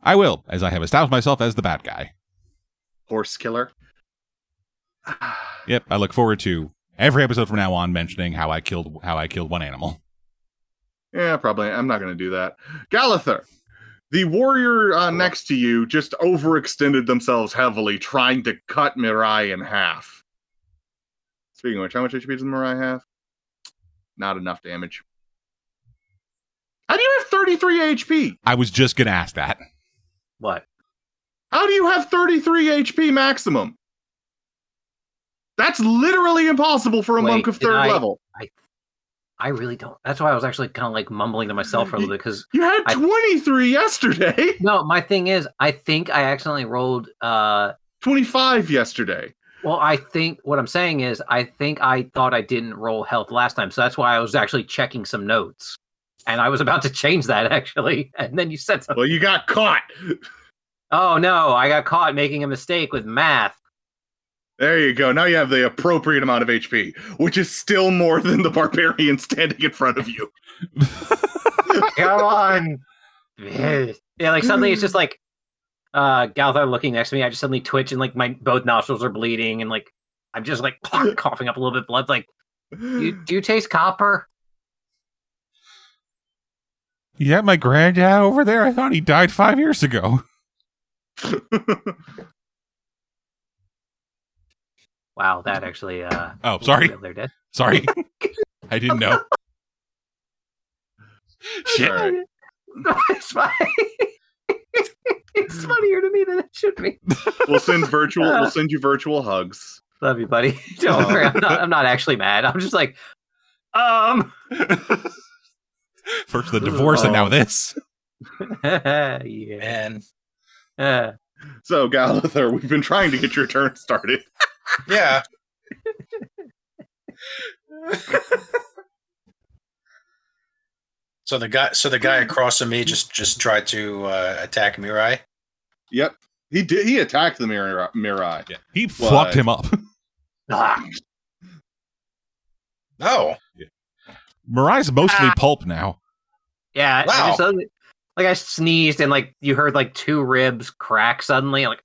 I will, as I have established myself as the bad guy. Horse killer. Ah. Yep, I look forward to every episode from now on mentioning how I killed how I killed one animal. Yeah, probably. I'm not going to do that. Galather, the warrior uh, next to you just overextended themselves heavily, trying to cut Mirai in half. Speaking of which, how much HP does Mirai have? Not enough damage. How do you have 33 HP? I was just gonna ask that. What? How do you have 33 HP maximum? That's literally impossible for a Wait, monk of did third I- level. I really don't. That's why I was actually kind of like mumbling to myself for a little bit because You had I- 23 yesterday, no, my thing is, I think I accidentally rolled. uh 25 yesterday. Well, I think what I'm saying is, I think I thought I didn't roll health last time, so that's why I was actually checking some notes, and I was about to change that actually, and then you said something. Well, you got caught. Oh no, I got caught making a mistake with math. There you go. Now you have the appropriate amount of HP, which is still more than the barbarian standing in front of you. Come on. yeah, like suddenly it's just like uh Galthar looking next to me. I just suddenly twitch and like my both nostrils are bleeding and like I'm just like coughing up a little bit of blood. Like, you, do you taste copper? Yeah, my granddad over there. I thought he died five years ago. Wow, that actually uh Oh, sorry, they're dead. sorry, I didn't know. Shit. All right. it's funny. it's funnier to me than it should be. We'll send virtual. We'll send you virtual hugs. Love you, buddy. Don't worry. I'm not, I'm not actually mad. I'm just like, um. First the divorce, and now this. yeah. And Uh, So Galather, we've been trying to get your turn started. yeah, so the guy, so the guy across from me just just tried to uh, attack Mirai. Yep. He did. He attacked the Mirai. Mirai. Yeah. He fucked him up. ah, Oh, Mariah's mostly Ah. pulp now. yeah. I- I Wow. just suddenly- like I sneezed and like you heard like two ribs crack suddenly. I'm like,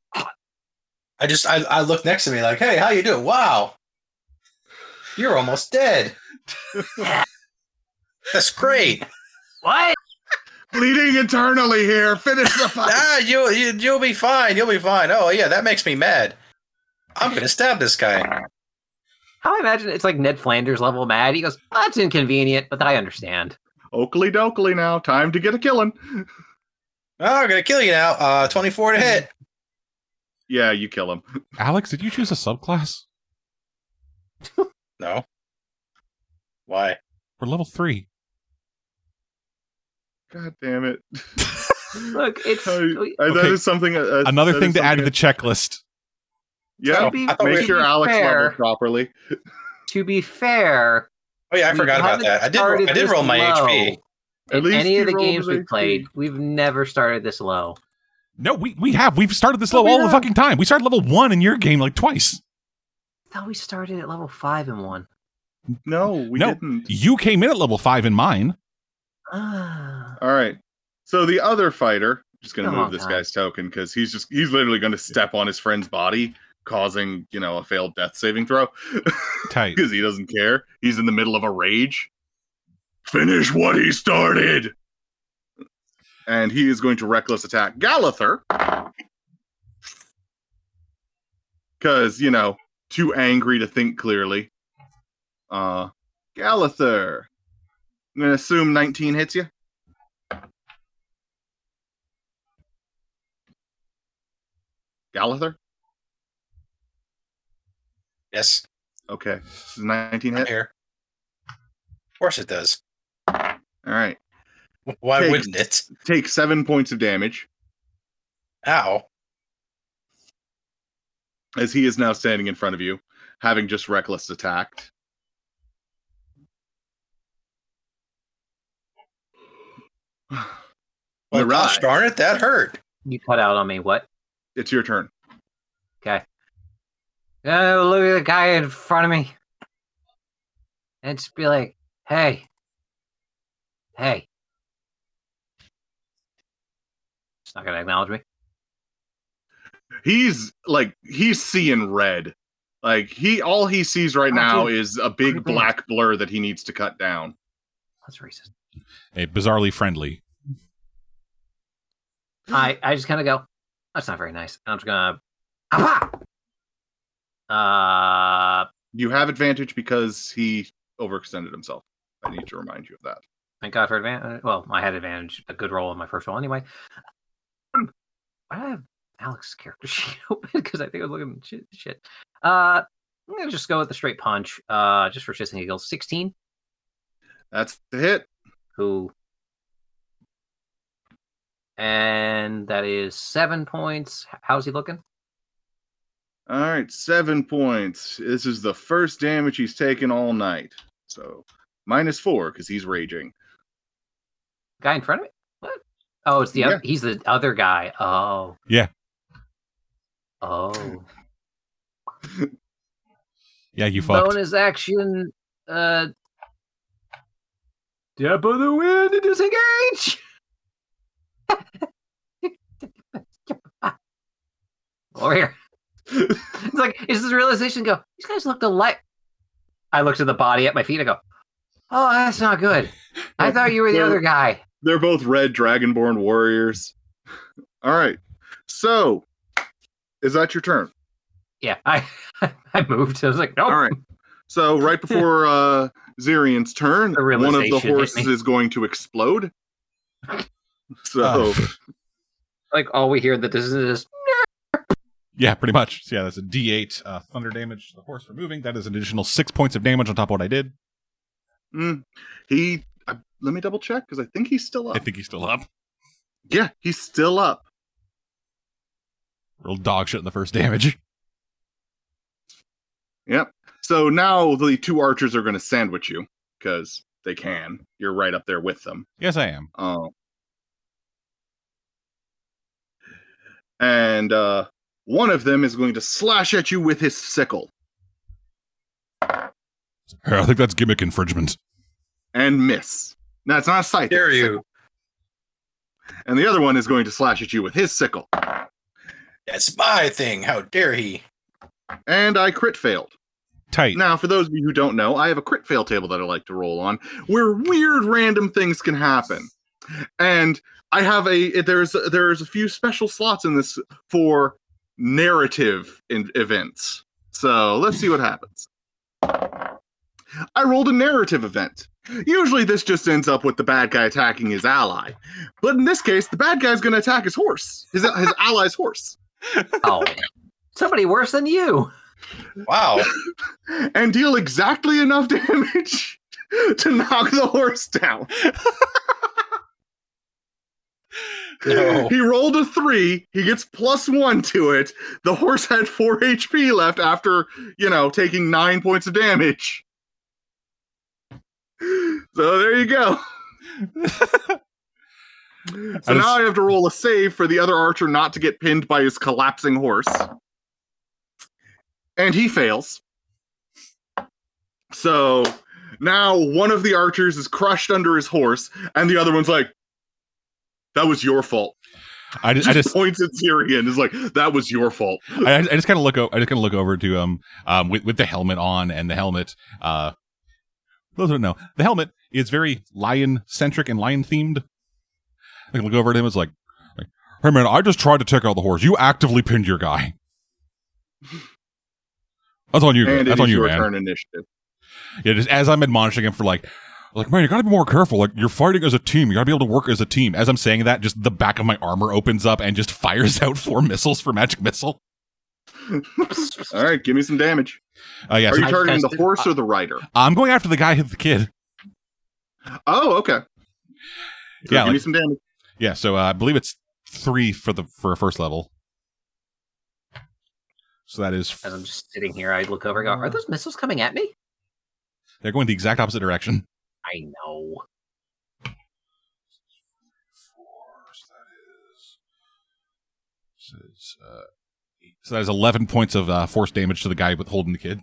I just I, I looked next to me like, hey, how you doing? Wow, you're almost dead. That's great. what? Bleeding internally here. Finish the fight. Ah, you, you you'll be fine. You'll be fine. Oh yeah, that makes me mad. I'm gonna stab this guy. How I imagine it's like Ned Flanders level mad. He goes, that's inconvenient, but I understand. Oakley dokley now. Time to get a killing. Oh, I'm gonna kill you now. Uh, 24 to hit. Yeah, you kill him. Alex, did you choose a subclass? No. Why? We're level three. God damn it. Look, it's I, we- I- that Okay. is something. Uh, Another thing to add to the checklist. Yeah. Oh, to be, I thought we- Make to sure be Alex fair, leveled properly. To be fair, Oh yeah, I We forgot about haven't that. I did. ro- started I did this roll my low. HP. At in least any of he the rolled games with we've HP. played, we've never started this low. No, we, we have. We've started this No, level Oh, we all the have. fucking time. We started level one in your game like twice. I thought we started at level five and one. No, we No. didn't. You came in at level five in mine. Ah, All right. So the other fighter, just going to Come move on, this guy. guy's token because he's just, he's literally going to step on his friend's body, causing, you know, a failed death saving throw. Tight. because he doesn't care. He's in the middle of a rage. Finish what he started. And he is going to reckless attack Galather. Because, you know, too angry to think clearly. Uh Galather. I'm gonna assume 19 hits you. Galather? Yes, Okay. This is 19 I'm hit. here. Of course it does. All right. Why Hey. wouldn't it? take seven points of damage Ow. as he is now standing in front of you, having just reckless attacked. Well, Mirai. gosh darn it, that hurt. you cut out on me. What? It's your turn. Uh, look at the guy in front of me. And just be like, hey. Hey. It's not going to acknowledge me. He's like he's seeing red. Like he all he sees right now is a big black blur that he needs to cut down. That's racist. Hey, bizarrely friendly. I, I just kind of go, that's not very nice. And I'm just going to. Uh, You have advantage because he overextended himself. I need to remind you of that. thank God for advantage. Well, I had advantage, a good roll in my first roll anyway. Why do I have Alex's character sheet open? Because I think I was looking at shit. shit. Uh, I'm gonna just go with the straight punch, uh, just for shits and giggles. 16, That's the hit. who, and that is seven points. H- How's he looking? All right, seven points. This is the first damage he's taken all night. So minus four because he's raging. Guy in front of me? What? Oh, it's the Yeah. other. He's the other guy. Oh. Yeah. Oh. Yeah, you fucked. Bonus action. Uh, Dip of the wind to disengage. Over here. it's like, is this realization go, these guys looked alike. I looked at the body at my feet. I go, oh, that's not good. I thought you were the They're- other guy. They're both red dragonborn warriors. All right. So, is that your turn? Yeah, I I moved. I was like, nope. All right. So, right before uh Zirian's turn, The one of realization the hit me. horses is going to explode. So, Oh. Like all we hear that this is Yeah, pretty much. So, yeah, that's a D8 uh, thunder damage to the horse for moving. That is an additional six points of damage on top of what I did. Mm, he. I, let me double check because I think he's still up. I think he's still up. yeah, he's still up. Real dog shit in the first damage. Yep. So now the two archers are going to sandwich you because they can. You're right up there with them. Yes, I am. Oh. And uh, one of them is going to slash at you with his sickle Hey, I think that's gimmick infringement. and miss. Now it's not a sight. Dare it's a you? sickle. And the other one is going to slash at you with his sickle. That's my thing. How dare he? And I crit failed. Tight. Now, for those of you who don't know, I have a crit fail table that I like to roll on where weird random things can happen. And I have a there's there's a few special slots in this for narrative in, events. So, let's see what happens. I rolled a narrative event. Usually this just ends up with the bad guy attacking his ally. But in this case, the bad guy's going to attack his horse. His his ally's horse. Oh, somebody worse than you. Wow. and deal exactly enough damage to knock the horse down. No. He rolled a three. He gets plus one to it. The horse had four HP left after, you know, taking nine points of damage. So there you go. So I now I was- have to roll a save for the other archer not to get pinned by his collapsing horse. And he fails. So now one of the archers is crushed under his horse, and the other one's like, that was your fault. I just, Just, I just, points at Siri and is like, that was your fault. I, I just kind of look, o- I just kind of look over to um, um, with, with the helmet on and the helmet. Uh, for those who don't know, the helmet is very lion centric and lion themed. I can look over at him. It's like, like, hey man, I just tried to take out the horse. You actively pinned your guy. That's on you. man. and it's That's on you, your man. turn initiative. Yeah, just as I'm admonishing him for like, like man, you gotta be more careful. Like you're fighting as a team. You gotta be able to work as a team. As I'm saying that, just the back of my armor opens up and just fires out four missiles for magic missile. All right, give me some damage. Uh, yeah, Are so you I targeting the tested- horse or the rider? I'm going after the guy who's the kid. Oh, okay. So give Yeah, like- me some damage. Yeah, so uh, I believe it's three for the for a first level. So that is As I'm just sitting here, I look over and go, Mm. Are those missiles coming at me? they're going the exact opposite direction. I know. So that is, uh, so that is eleven points of uh, force damage to the guy with holding the kid.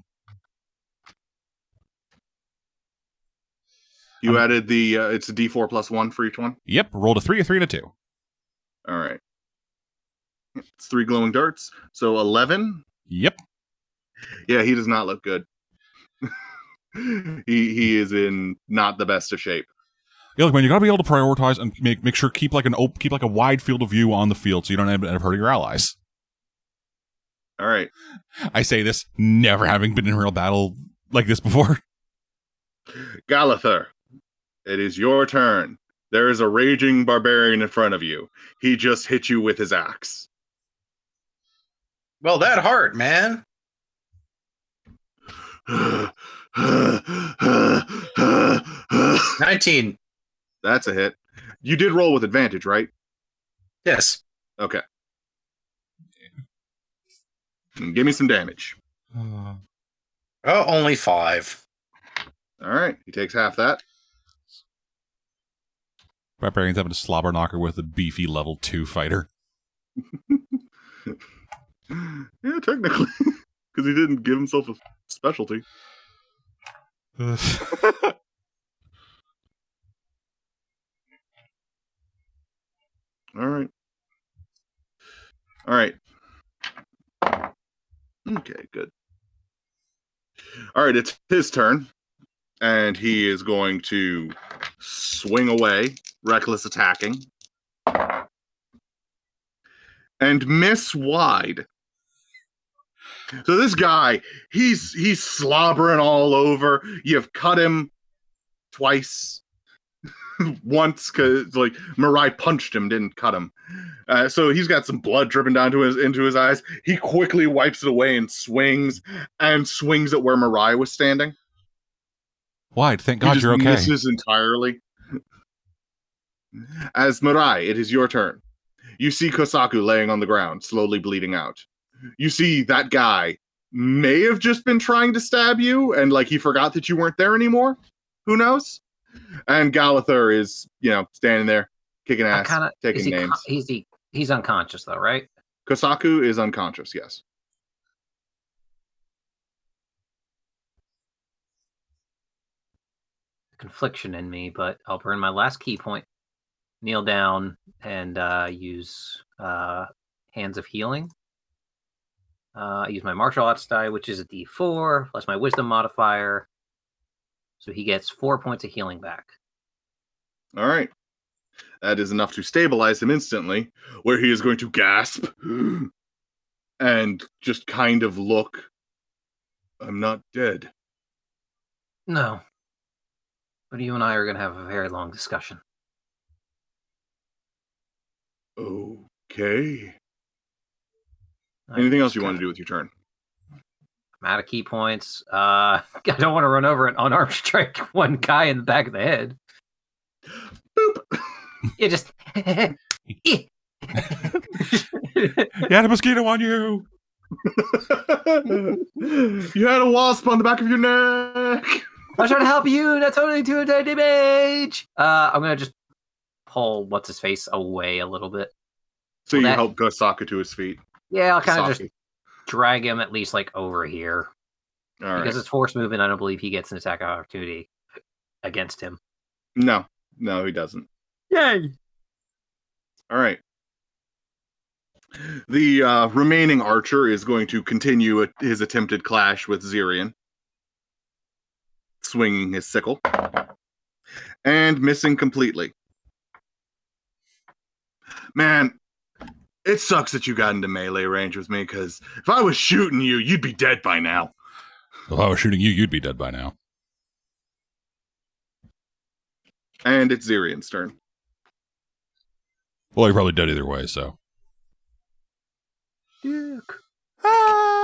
You I'm- added the, uh, it's a d4 plus one for each one. Yep, rolled a three, a three, and a two. All right. It's three glowing darts. So 11. Yep, Yeah, he does not look good. he he is in not the best of shape. Yeah, look, man, you gotta be able to prioritize and make make sure keep like an op- keep like a wide field of view on the field, so you don't end up hurting your allies. All right. I say this never having been in a real battle like this before. Galather, it is your turn. There is a raging barbarian in front of you. He just hit you with his axe. Well, that hurt, man. That's 19. a hit. You did roll with advantage, right? Yes. Okay. Give me some damage. Oh, only five. All right. He takes half that. Barbarians having a slobber knocker with a beefy level two fighter. yeah, technically, because he didn't give himself a specialty. All right. All right. Okay, good. All right, it's his turn, and he is going to swing away, reckless attacking, and miss wide. So this guy, he's he's slobbering all over. You've cut him twice. once because like Marai punched him, didn't cut him. Uh, so he's got some blood dripping down to his into his eyes. He quickly wipes it away and swings and swings at where Marai was standing. Why? Thank He God just you're okay. Misses entirely. As Marai, it is your turn. You see Kosaku laying on the ground, slowly bleeding out. You see that guy may have just been trying to stab you, and like he forgot that you weren't there anymore. Who knows? And Galather is, you know, standing there, kicking I ass, kinda, is taking he, con- names. he's, he, he's unconscious though, right? Kosaku is unconscious. Yes. Confliction in me, but I'll burn my last key point, kneel down, and uh, use uh, hands of healing. Uh, I use my martial arts die, which is a D4 plus my wisdom modifier, so he gets four points of healing back. All right. That is enough to stabilize him instantly, where he is going to gasp and just kind of look. I'm not dead. No, but you and I are going to have a very long discussion. Okay. I'm Anything else just you want gonna- to do with your turn? I'm out of key points. Uh, I don't want to run over and unarmed strike one guy in the back of the head. Boop. Yeah, just Eh. You had a mosquito on you. you had a wasp on the back of your neck. I'm trying to help you. That's only two dead damage. Uh, I'm gonna just pull what's his face away a little bit. So Well, you that- help Gosaka to his feet. Yeah, I'll kind of just Saki. drag him at least like over here All right. because it's force movement. I don't believe he gets an attack of opportunity against him. No, no, he doesn't. Yay! All right. The uh, remaining archer is going to continue a- his attempted clash with Zirian, swinging his sickle and missing completely. Man, it sucks that you got into melee range with me because if I was shooting you, you'd be dead by now. If I was shooting you, you'd be dead by now. And it's Zirian's turn. Well, you're probably dead either way. So Duke.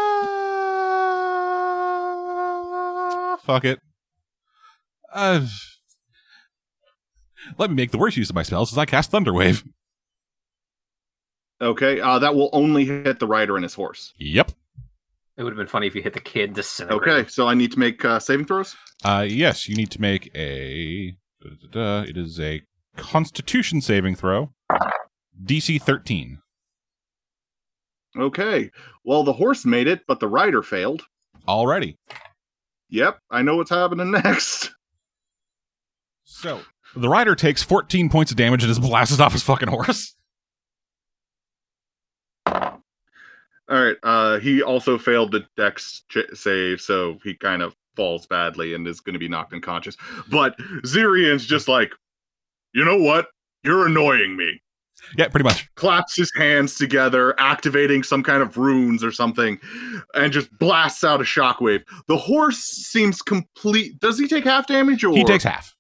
Ah! fuck it. Uh, let me make the worst use of my spells as I cast Thunderwave. Okay, uh, that will only hit the rider and his horse. Yep. It would have been funny if you hit the kid disintegrate. Okay, so I need to make uh, saving throws. Uh, yes, you need to make a. da, da, da, it is a Constitution saving throw, DC 13. Okay. Well, the horse made it, but the rider failed. Alrighty. Yep, I know what's happening next. So the rider takes 14 points of damage and is blasted off his fucking horse. All right. Uh, he also failed the dex ch- save, so he kind of falls badly and is going to be knocked unconscious. But Zirian's just like, you know what? You're annoying me. Yeah, pretty much. Claps his hands together, activating some kind of runes or something, and just blasts out a shockwave. The horse seems complete. Does he take half damage? Or He takes half.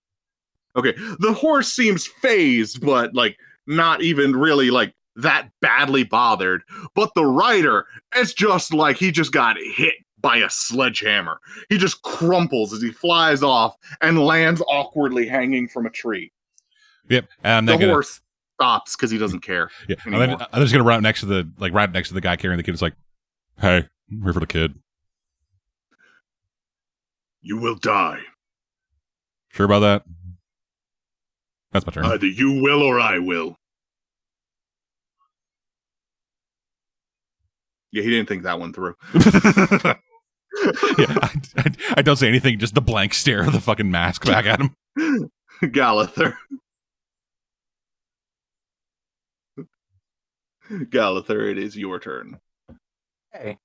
Okay, the horse seems phased, but like not even really like that badly bothered. But the rider, it's just like he just got hit by a sledgehammer. He just crumples as he flies off and lands awkwardly hanging from a tree. Yep. And I'm The not gonna, horse stops because he doesn't care. Yeah. And then, anymore. I'm just gonna run up next to the like right next to the guy carrying the kid. It's like, hey, I'm here for the kid. You will die. Sure about that? That's my turn. Either you will or I will. Yeah, he didn't think that one through. yeah, I, I, I don't say anything. Just the blank stare of the fucking mask back at him. Galather. Galather, it is your turn. Hey.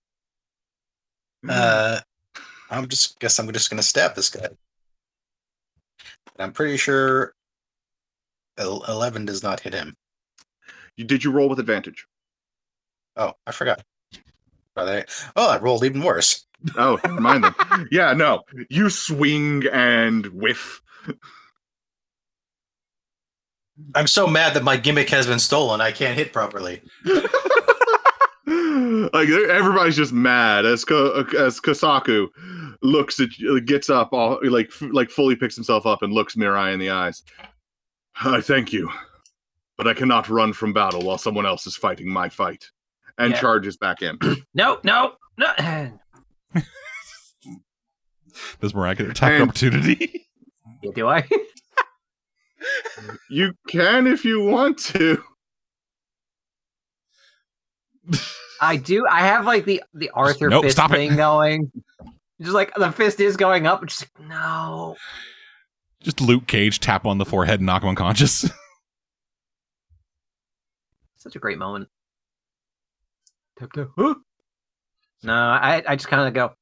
Hmm. Uh, I'm just guess I'm just gonna stab this guy. I'm pretty sure el- eleven does not hit him. You- Did you roll with advantage? Oh, I forgot. Oh, they- oh, I rolled even worse. Oh, mind them. Yeah, no. You swing and whiff. I'm so mad that my gimmick has been stolen. I can't hit properly. like they're- everybody's just mad as Ko- as Kosaku looks at gets up all like f- like fully picks himself up and looks Mirai in the eyes. I thank you, but I cannot run from battle while someone else is fighting my fight, and Yeah. charges back in. No, no, no. This miraculous attack And- opportunity. Do I? you can if you want to. I do. I have like the the Arthur Nope, fist stop it. thing going. Just like the fist is going up. Just like, no. Just Luke Cage tap on the forehead and knock him unconscious. Such a great moment. Tap, tap, huh? No, I I just kind of go.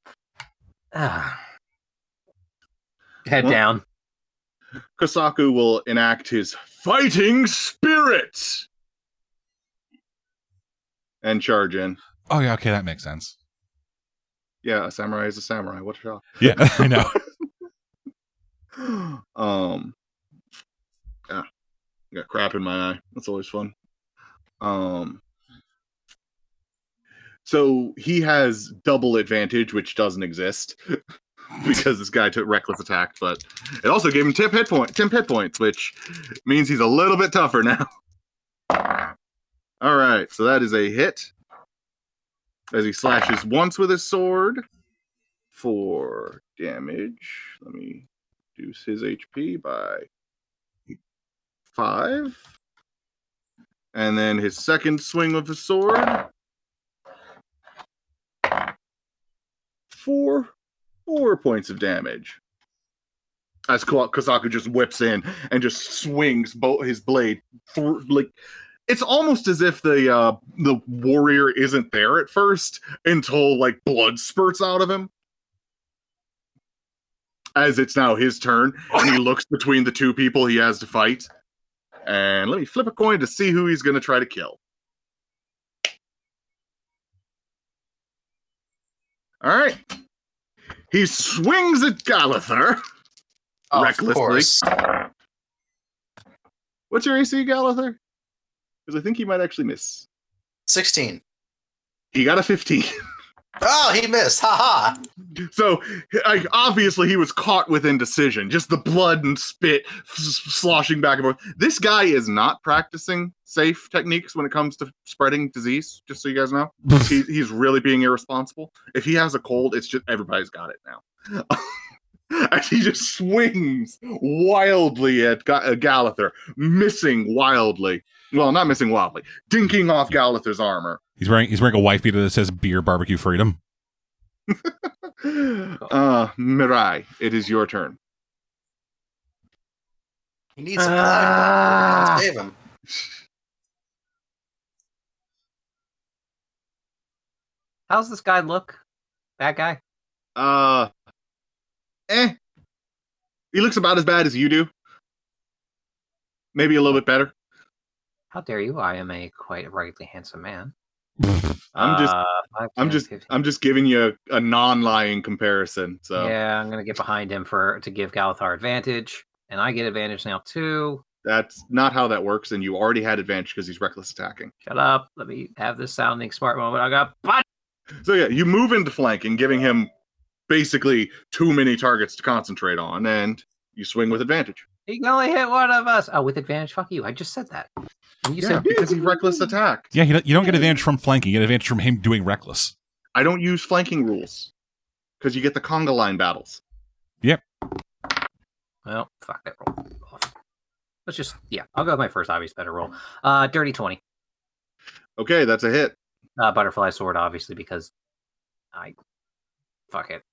"Ah." Head Well- down. Kosaku will enact his fighting spirit and charge in. oh yeah, okay, that makes sense. Yeah, a samurai is a samurai. What a shock. Yeah, I know. um yeah I got crap in my eye that's always fun um so he has double advantage which doesn't exist because this guy took reckless attack but it also gave him 10 hit point 10 hit points which means he's a little bit tougher now all right so that is a hit as he slashes once with his sword for damage let me reduce his HP by five. And then his second swing of the sword. Four four points of damage. As Ko- Kosaku just whips in and just swings both his blade through like it's almost as if the uh, the warrior isn't there at first until like blood spurts out of him as it's now his turn, and he looks between the two people he has to fight. And let me flip a coin to see who he's going to try to kill. All right. He swings at Galather. Oh, Of Recklessly. course. What's your AC, Galather? Because I think he might actually miss. 16. He got a 15. Oh, he missed. Ha ha. So like, obviously he was caught with indecision, just the blood and spit s- sloshing back and forth. This guy is not practicing safe techniques when it comes to spreading disease. Just so you guys know, he, he's really being irresponsible. If he has a cold, it's just everybody's got it now. and he just swings wildly at Ga- uh, Galather, missing wildly. Well, not missing wildly, dinking off Galather's armor. he's wearing he's wearing a wife beater that says "Beer Barbecue Freedom." Uh, Mirai, it is your turn. He needs some Ah. save him. How's this guy look? That guy. Uh, eh. He looks about as bad as you do. Maybe a little bit better. How dare you? I am a quite rightly handsome man. I'm just, Uh, five, I'm 10, just, 15. I'm uh, just giving you a, a non-lying comparison. So Yeah, I'm gonna get behind him for to give Galathar advantage, and I get advantage now too. that's not how that works. And you already had advantage because he's reckless attacking. Shut up. Let me have this sounding smart moment. I got butt. So yeah, you move into flanking, giving him basically too many targets to concentrate on, and you swing with advantage. He can only hit one of us. Oh, with advantage. Fuck you. I just said that. And you yeah, said because he reckless attacked. Yeah, you don't, you don't get advantage from flanking. You get advantage from him doing reckless. I don't use flanking rules because you get the conga line battles. Well, fuck that roll. Let's just yeah. I'll go with my first obvious better roll. Uh, dirty twenty. Okay, that's a hit. Uh, butterfly sword, obviously, because I fuck it.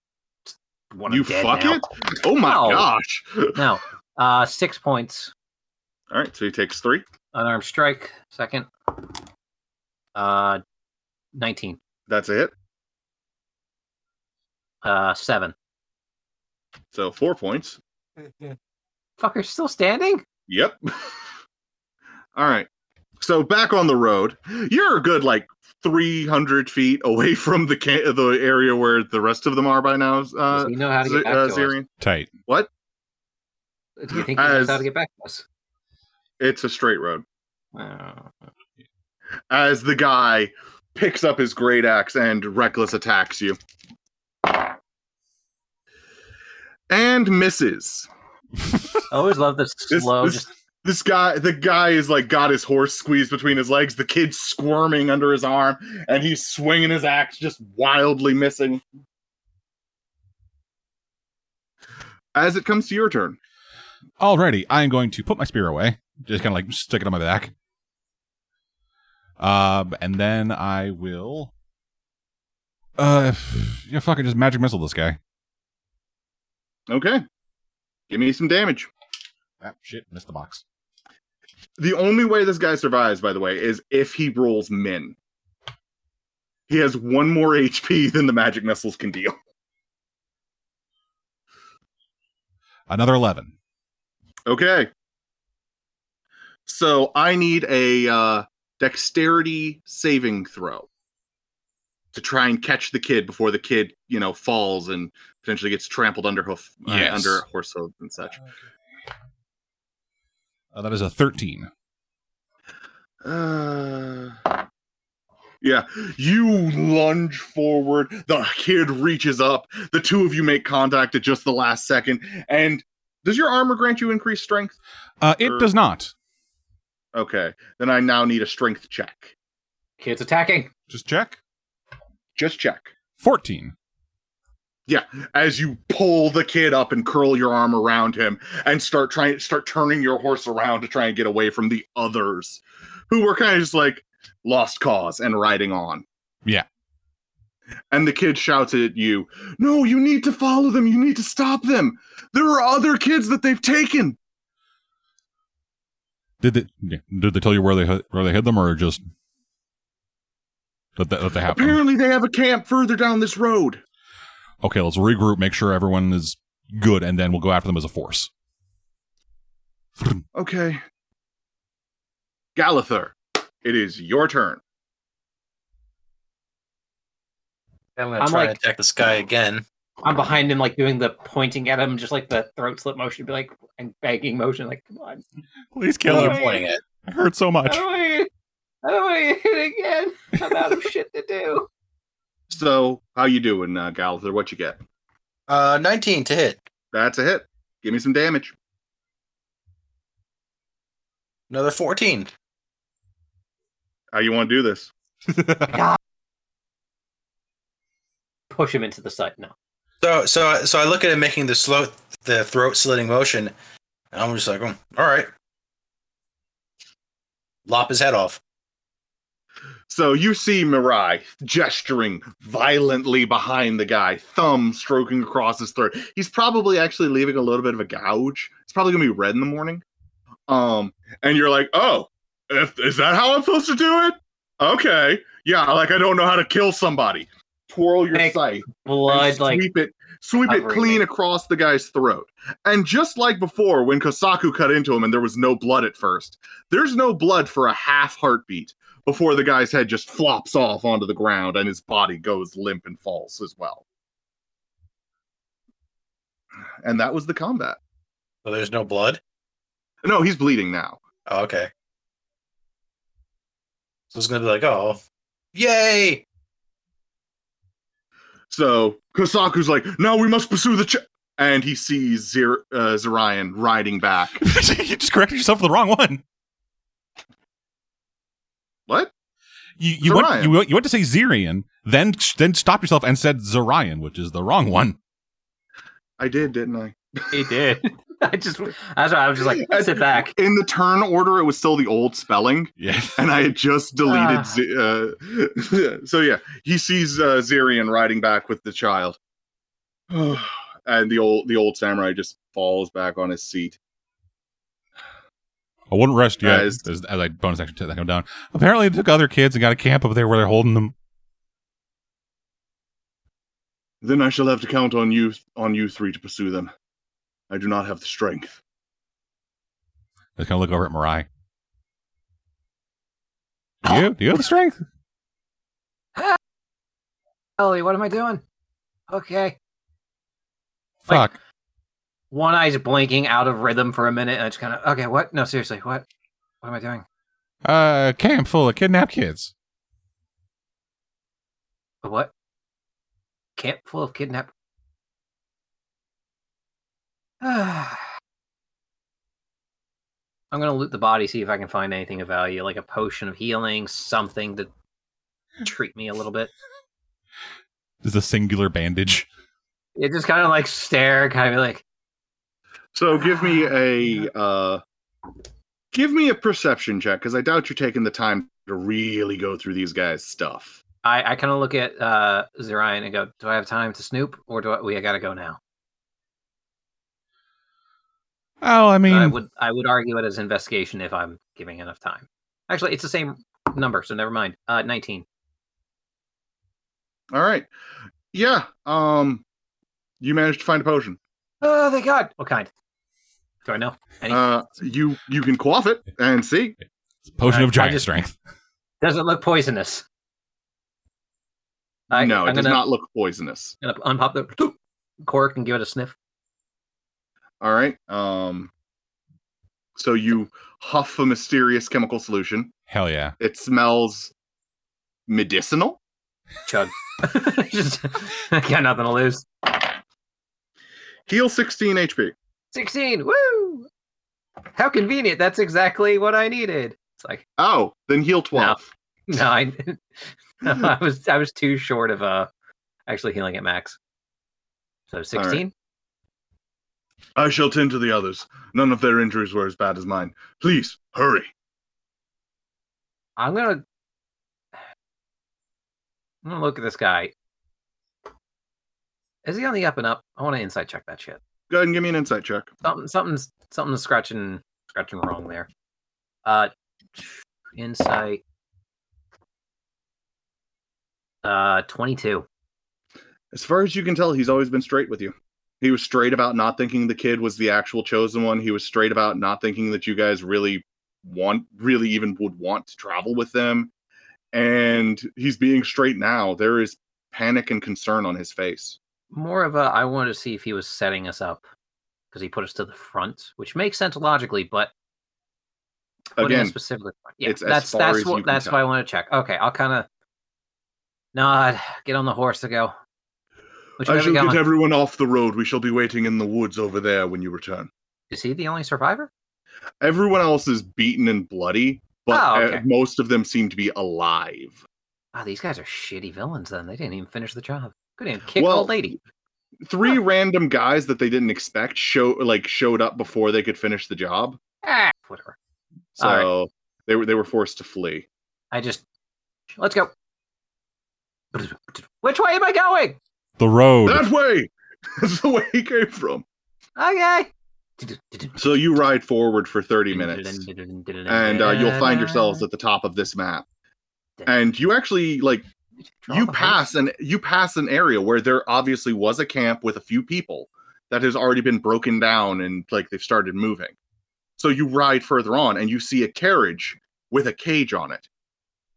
Just want him You dead fuck now. it? Oh my No. gosh. No. Uh, six points. All right, so he takes three. Unarmed strike. Second. Uh, nineteen. That's a hit. Uh, seven. So four points. Fucker's still standing. Yep. All right. So back on the road, you're a good like 300 feet away from the ca- the area where the rest of them are by now. Does Uh, he know how to Z- get back uh, to us? Zirian. Tight. What? Do you think he knows As- how to get back to us? It's a straight road. Uh, As the guy picks up his great axe and reckless attacks you. And misses. I always love the This, slow. this, just, this guy, the guy is like got his horse squeezed between his legs, the kid's squirming under his arm, and he's swinging his axe, just wildly missing. As it comes to your turn, Alrighty, I am going to put my spear away, just kind of like stick it on my back. Um, and then I will. Uh, f- yeah, fucking just magic missile this guy. okay, give me some damage. Ah, shit, missed the box. The only way this guy survives, by the way, is if he rolls min. He has one more HP than the magic missiles can deal. Another eleven. Okay. So I need a uh, dexterity saving throw to try and catch the kid before the kid, you know, falls and potentially gets trampled under hoof, uh, Yes. under horse hooves and such. Uh, that is a thirteen. Uh, yeah, you lunge forward. The kid reaches up. The two of you make contact at just the last second. And does your armor grant you increased strength? Uh, it does not. Okay, then I now need a strength check. kids attacking. Just check. Just check. Fourteen. As you pull the kid up and curl your arm around him and start trying start turning your horse around to try and get away from the others who were kind of just like lost cause and riding on. Yeah. And the kid shouts at you, No, you need to follow them. You need to stop them. There are other kids that they've taken. Did they yeah, did they tell you where they hi- where they hid them, or just let that let that happen? Apparently, they have a camp further down this road. Okay, let's regroup, make sure everyone is good, and then we'll go after them as a force. Okay. Galather, it is your turn. I'm gonna I'm try like- to attack this guy again. I'm behind him, like doing the pointing at him, just like the throat slip motion, be like and begging motion, like come on, Please Who kill am him. I pointing at? I hurt so I much. don't want to, I don't want to hit again. I'm out of shit to do. So, how you doing, uh, Galather? What you get? Uh, 19 to hit. That's a hit. Give me some damage. Another 14. How you want to do this? Push him into the side. No, So, so, so I look at him making the slow, the throat slitting motion, and I'm just like, "Hmm, all right. Lop his head off. So you see Mirai gesturing violently behind the guy, thumb stroking across his throat. He's probably actually leaving a little bit of a gouge. It's probably gonna be red in the morning. Um, and you're like, oh, if, is that how I'm supposed to do it? Okay, yeah, like I don't know how to kill somebody. Twirl your Thank- scythe, and blood like sweep it, sweep it covering clean me. across the guy's throat. And just like before, when Kosaku cut into him and there was no blood at first, there's no blood for a half heartbeat before the guy's head just flops off onto the ground and his body goes limp and falls as well. And that was the combat. So there's no blood. No, he's bleeding now. Oh, okay. So it's gonna be like, oh, yay! So Kosaku's like, "No, we must pursue the." Ch-. And he sees Zer- uh, Zerion riding back. you just corrected yourself for the wrong one. What? You you went, Zorian. you went- you went to say Zerion, then then stopped yourself and said Zorion, which is the wrong one. I did, didn't I? he did. I just that's why I was just like sit back. In the turn order, it was still the old spelling. Yeah. and I had just deleted. Ah. Z- uh, so yeah, he sees uh, Zerion riding back with the child, and the old the old samurai just falls back on his seat. I wouldn't rest yet. Guys. As, as I bonus action took that down. Apparently, they took other kids and got a camp up there where they're holding them. Then I shall have to count on you on you three to pursue them. I do not have the strength. I kind of look over at Marai. Do you do you have the strength? Ellie, what am I doing? Okay. Fuck. One eye's blinking out of rhythm for a minute, and I just kind of okay. What? No, seriously, what? What am I doing? Uh, camp full of kidnapped kids. A what? Camp full of kidnapped. I'm gonna loot the body, see if I can find anything of value, like a potion of healing, something to treat me a little bit. This is a singular bandage. It just kind of like stare, kind of like So give me a uh, give me a perception check because I doubt you're taking the time to really go through these guys' stuff. I, I kind of look at uh Zerion and go, "Do I have time to snoop, or do I, we? I gotta go now." Oh, I mean, I would I would argue it as investigation if I'm giving enough time. Actually, it's the same number, so never mind. Uh, nineteen. All right. Yeah. Um you managed to find a potion. Oh, thank God! What kind? Do I know? Any? Uh you you can quaff it and see. it's a potion I- of I giant just- strength. Does it look poisonous? I, no, it I'm does gonna, not look poisonous. gonna unpop the toop, cork and give it a sniff. All right. Um so you huff a mysterious chemical solution. Hell yeah. It smells medicinal. Chug. Just, I got nothing to lose. Heal 16 HP. Sixteen. Woo! How convenient. That's exactly what I needed. It's like Oh, then heal 12. No, I, no, I was I was too short of uh actually healing at max. So sixteen. I shall tend to the others. None of their injuries were as bad as mine. Please, hurry. I'm gonna I'm gonna look at this guy. Is he on the up and up? I want to insight check that shit. Go ahead and give me an insight check. Something something's something's scratching scratching wrong there. Uh, insight. Uh, twenty-two. As far as you can tell, he's always been straight with you. He was straight about not thinking the kid was the actual chosen one. He was straight about not thinking that you guys really want, really even would want to travel with them. And he's being straight now. There is panic and concern on his face. more of a I wanted to see if he was setting us up because he put us to the front, which makes sense logically, but putting us Again, specifically, yeah, it's as that's far that's as you what can that's tell. why I want to check. Okay, I'll kind of nod, get on the horse to go. Which way I are we shall get going? everyone off the road. We shall be waiting in the woods over there when you return. Is he the only survivor? Everyone else is beaten and bloody, but Oh, uh, okay. most of them seem to be alive. Ah, these guys are shitty villains. Then they didn't even finish the job. Good and kick Well, old lady. Three Huh. random guys that they didn't expect show like showed up before they could finish the job. Ah, whatever. So All right. they were they were forced to flee. I just let's go. Which way am I going? Oh, The road. That way. That's the way he came from. Okay. So you ride forward for 30 minutes and uh, you'll find yourselves at the top of this map. And you actually like Draw you the horse. pass an you pass an area where there obviously was a camp with a few people that has already been broken down and like they've started moving. So you ride further on and you see a carriage with a cage on it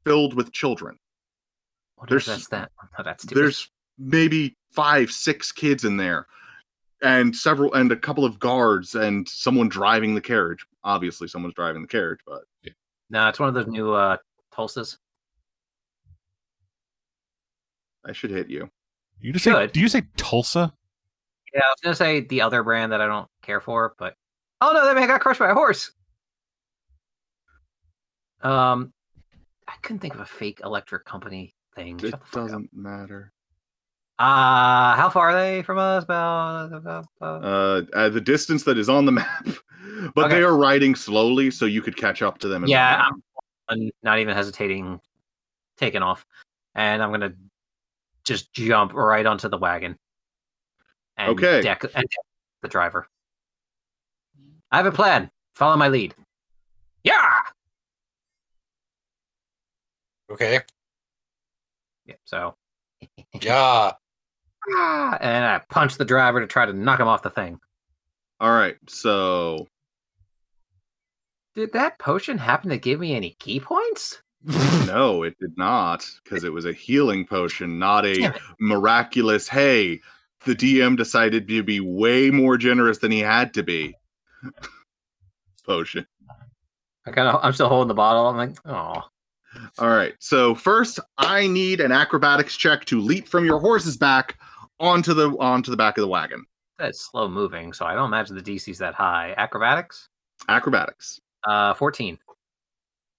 filled with children. What There's- is that's that? Oh, that's stupid. there's maybe five six kids in there and several and a couple of guards and someone driving the carriage obviously someone's driving the carriage but no, it's one of those new uh Tulsas. i should hit you you just say, Good. do you say Tulsa? Yeah, I was gonna say the other brand that I don't care for, but oh no, that man got crushed by a horse. Um, I couldn't think of a fake electric company thing. it Shut the fuck up. doesn't matter Uh, how far are they from us? About about- about- uh, uh the distance that is on the map but Okay. they are riding slowly so you could catch up to them in Yeah, one I'm- I'm not even hesitating, taking off, and I'm gonna just jump right onto the wagon. And Okay. Deck, and deck the driver. I have a plan. Follow my lead. Yeah. Okay. Yeah. So. Yeah. "Ah," and I punch the driver to try to knock him off the thing. all right so Did that potion happen to give me any key points? no it did not because it was a healing potion not Damn a it. miraculous hey the dm decided to be way more generous than he had to be potion I kind of I'm still holding the bottle. I'm like, oh, All right. So first, I need an acrobatics check to leap from your horse's back onto the onto the back of the wagon. that's slow moving. So I don't imagine the DC's that high. Acrobatics, Acrobatics. uh, fourteen.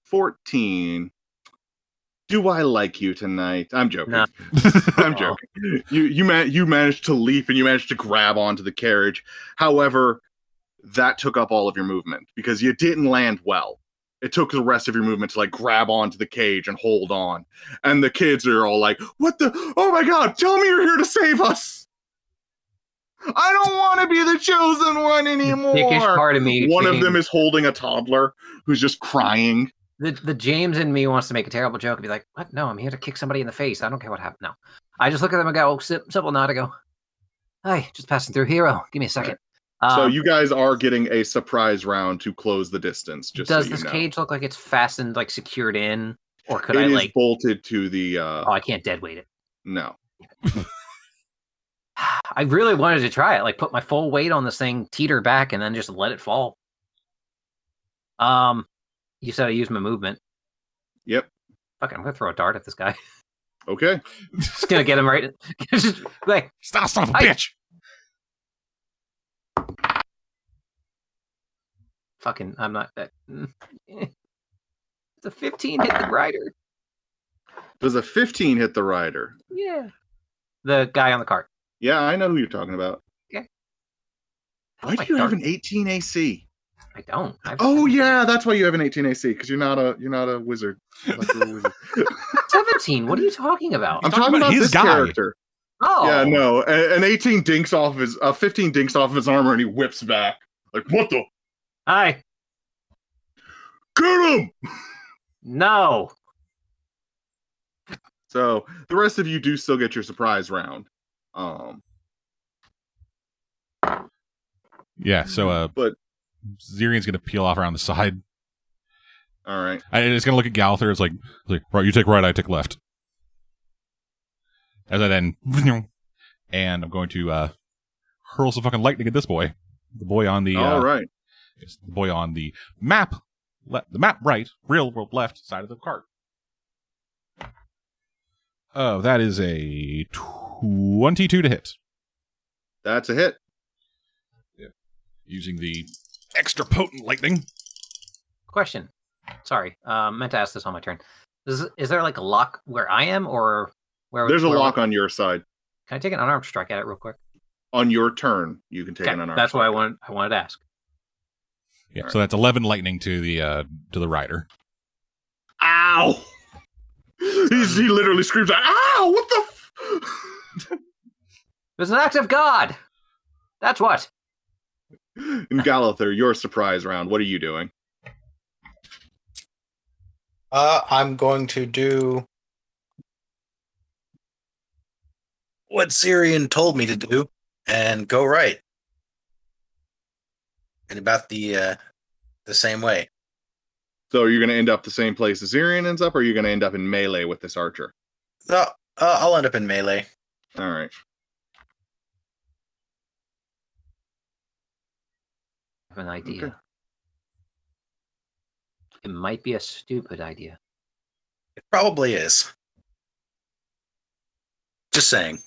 14. Do I like you tonight? I'm joking. No. I'm Aw. joking. You you ma- you managed to leap and you managed to grab onto the carriage. However, that took up all of your movement because you didn't land well. It took the rest of your movement to like grab onto the cage and hold on. And the kids are all like, "What the? Oh my god, tell me you're here to save us." I don't want to be the chosen one anymore. Dickish part of me. One of thinking- them is holding a toddler who's just crying. the, the James in me wants to make a terrible joke and be like, "What? No, I'm here to kick somebody in the face. I don't care what happened." No, I just look at them and go, oh, si- "Simple nod." I go, "Hey, just passing through, hero. Give me a second. So Um, you guys are getting a surprise round to close the distance. Just does so this you know. cage look like it's fastened, like secured in, or could It I is like? bolted to the uh Oh, I can't dead weight it. no. I really wanted to try it, like put my full weight on this thing, teeter back, and then just let it fall. Um, you said I used my movement. Yep. Fuck, it, I'm gonna throw a dart at this guy. Okay. just gonna get him right. just like Stop, son of a I- bitch. fucking I'm not that the 15 hit the rider. Does a 15 hit the rider? Yeah. The guy on the cart. Yeah, I know who you're talking about. Why That's do my you have dart. an 18 AC? I don't. I've- Oh yeah, that's why you have an 18 AC because you're not a you're not a wizard. Like, you're a wizard. 17. What are you talking about? I'm talking talking about about his this guy. character. oh. Yeah, no. a- An 18 dinks off his a 15 dinks off his armor and he whips back like what the Hi. get him. No. So the rest of you do still get your surprise round. Um, Yeah, so uh But- Zirian's gonna peel off around the side. all right. I, it's gonna look at Galather. It's like, it's like right, you take right, I take left. As I then, and I'm going to uh hurl some fucking lightning at this boy, the boy on the uh, All right. it's the boy on the map, le- the map right, real world left side of the cart. Oh, that is a twenty-two to hit That's a hit. using the extra potent lightning. Question. Sorry. Um meant to ask this on my turn. Is is there like a lock where I am or where There's a where- lock on your side. Can I take an unarmed strike at it real quick? On your turn, you can take Okay, an unarmed. that's what I wanted I wanted to ask. Yeah, All so that's eleven lightning to the uh to the rider. Ow! He's, he literally screams, "Ow! What the?" F-? It's an act of God. That's what. And Galather, your surprise round. What are you doing? Uh, I'm going to do what Syrian told me to do and go right. And about the uh, the same way. So are you going to end up the same place as Zirian ends up, or are you going to end up in melee with this archer? So uh, I'll end up in melee. All right. have an idea. It might be a stupid idea. It probably is. Just saying.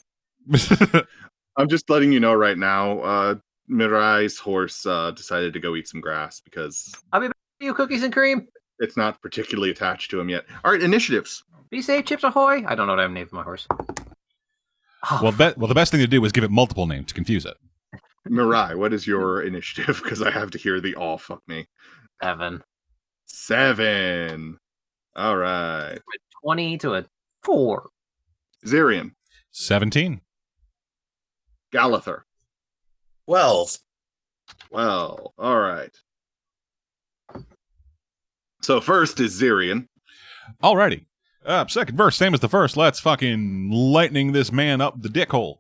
I'm just letting you know right now. Uh, Mirai's horse uh, decided to go eat some grass because You cookies and cream. it's not particularly attached to him yet. All right, initiatives. Be safe, chips ahoy. I don't know what I'm naming my horse. Oh, well, be- well, the best thing to do was give it multiple names to confuse it. Mirai, what is your initiative? Because I have to hear the all fuck me. seven. Seven. All right. Twenty to a four. Zirian, Seventeen. Galather. Twelve. Well, all right. So first is Zirian. Alrighty. Uh, second verse, same as the first. Let's fucking lightning this man up the dick hole.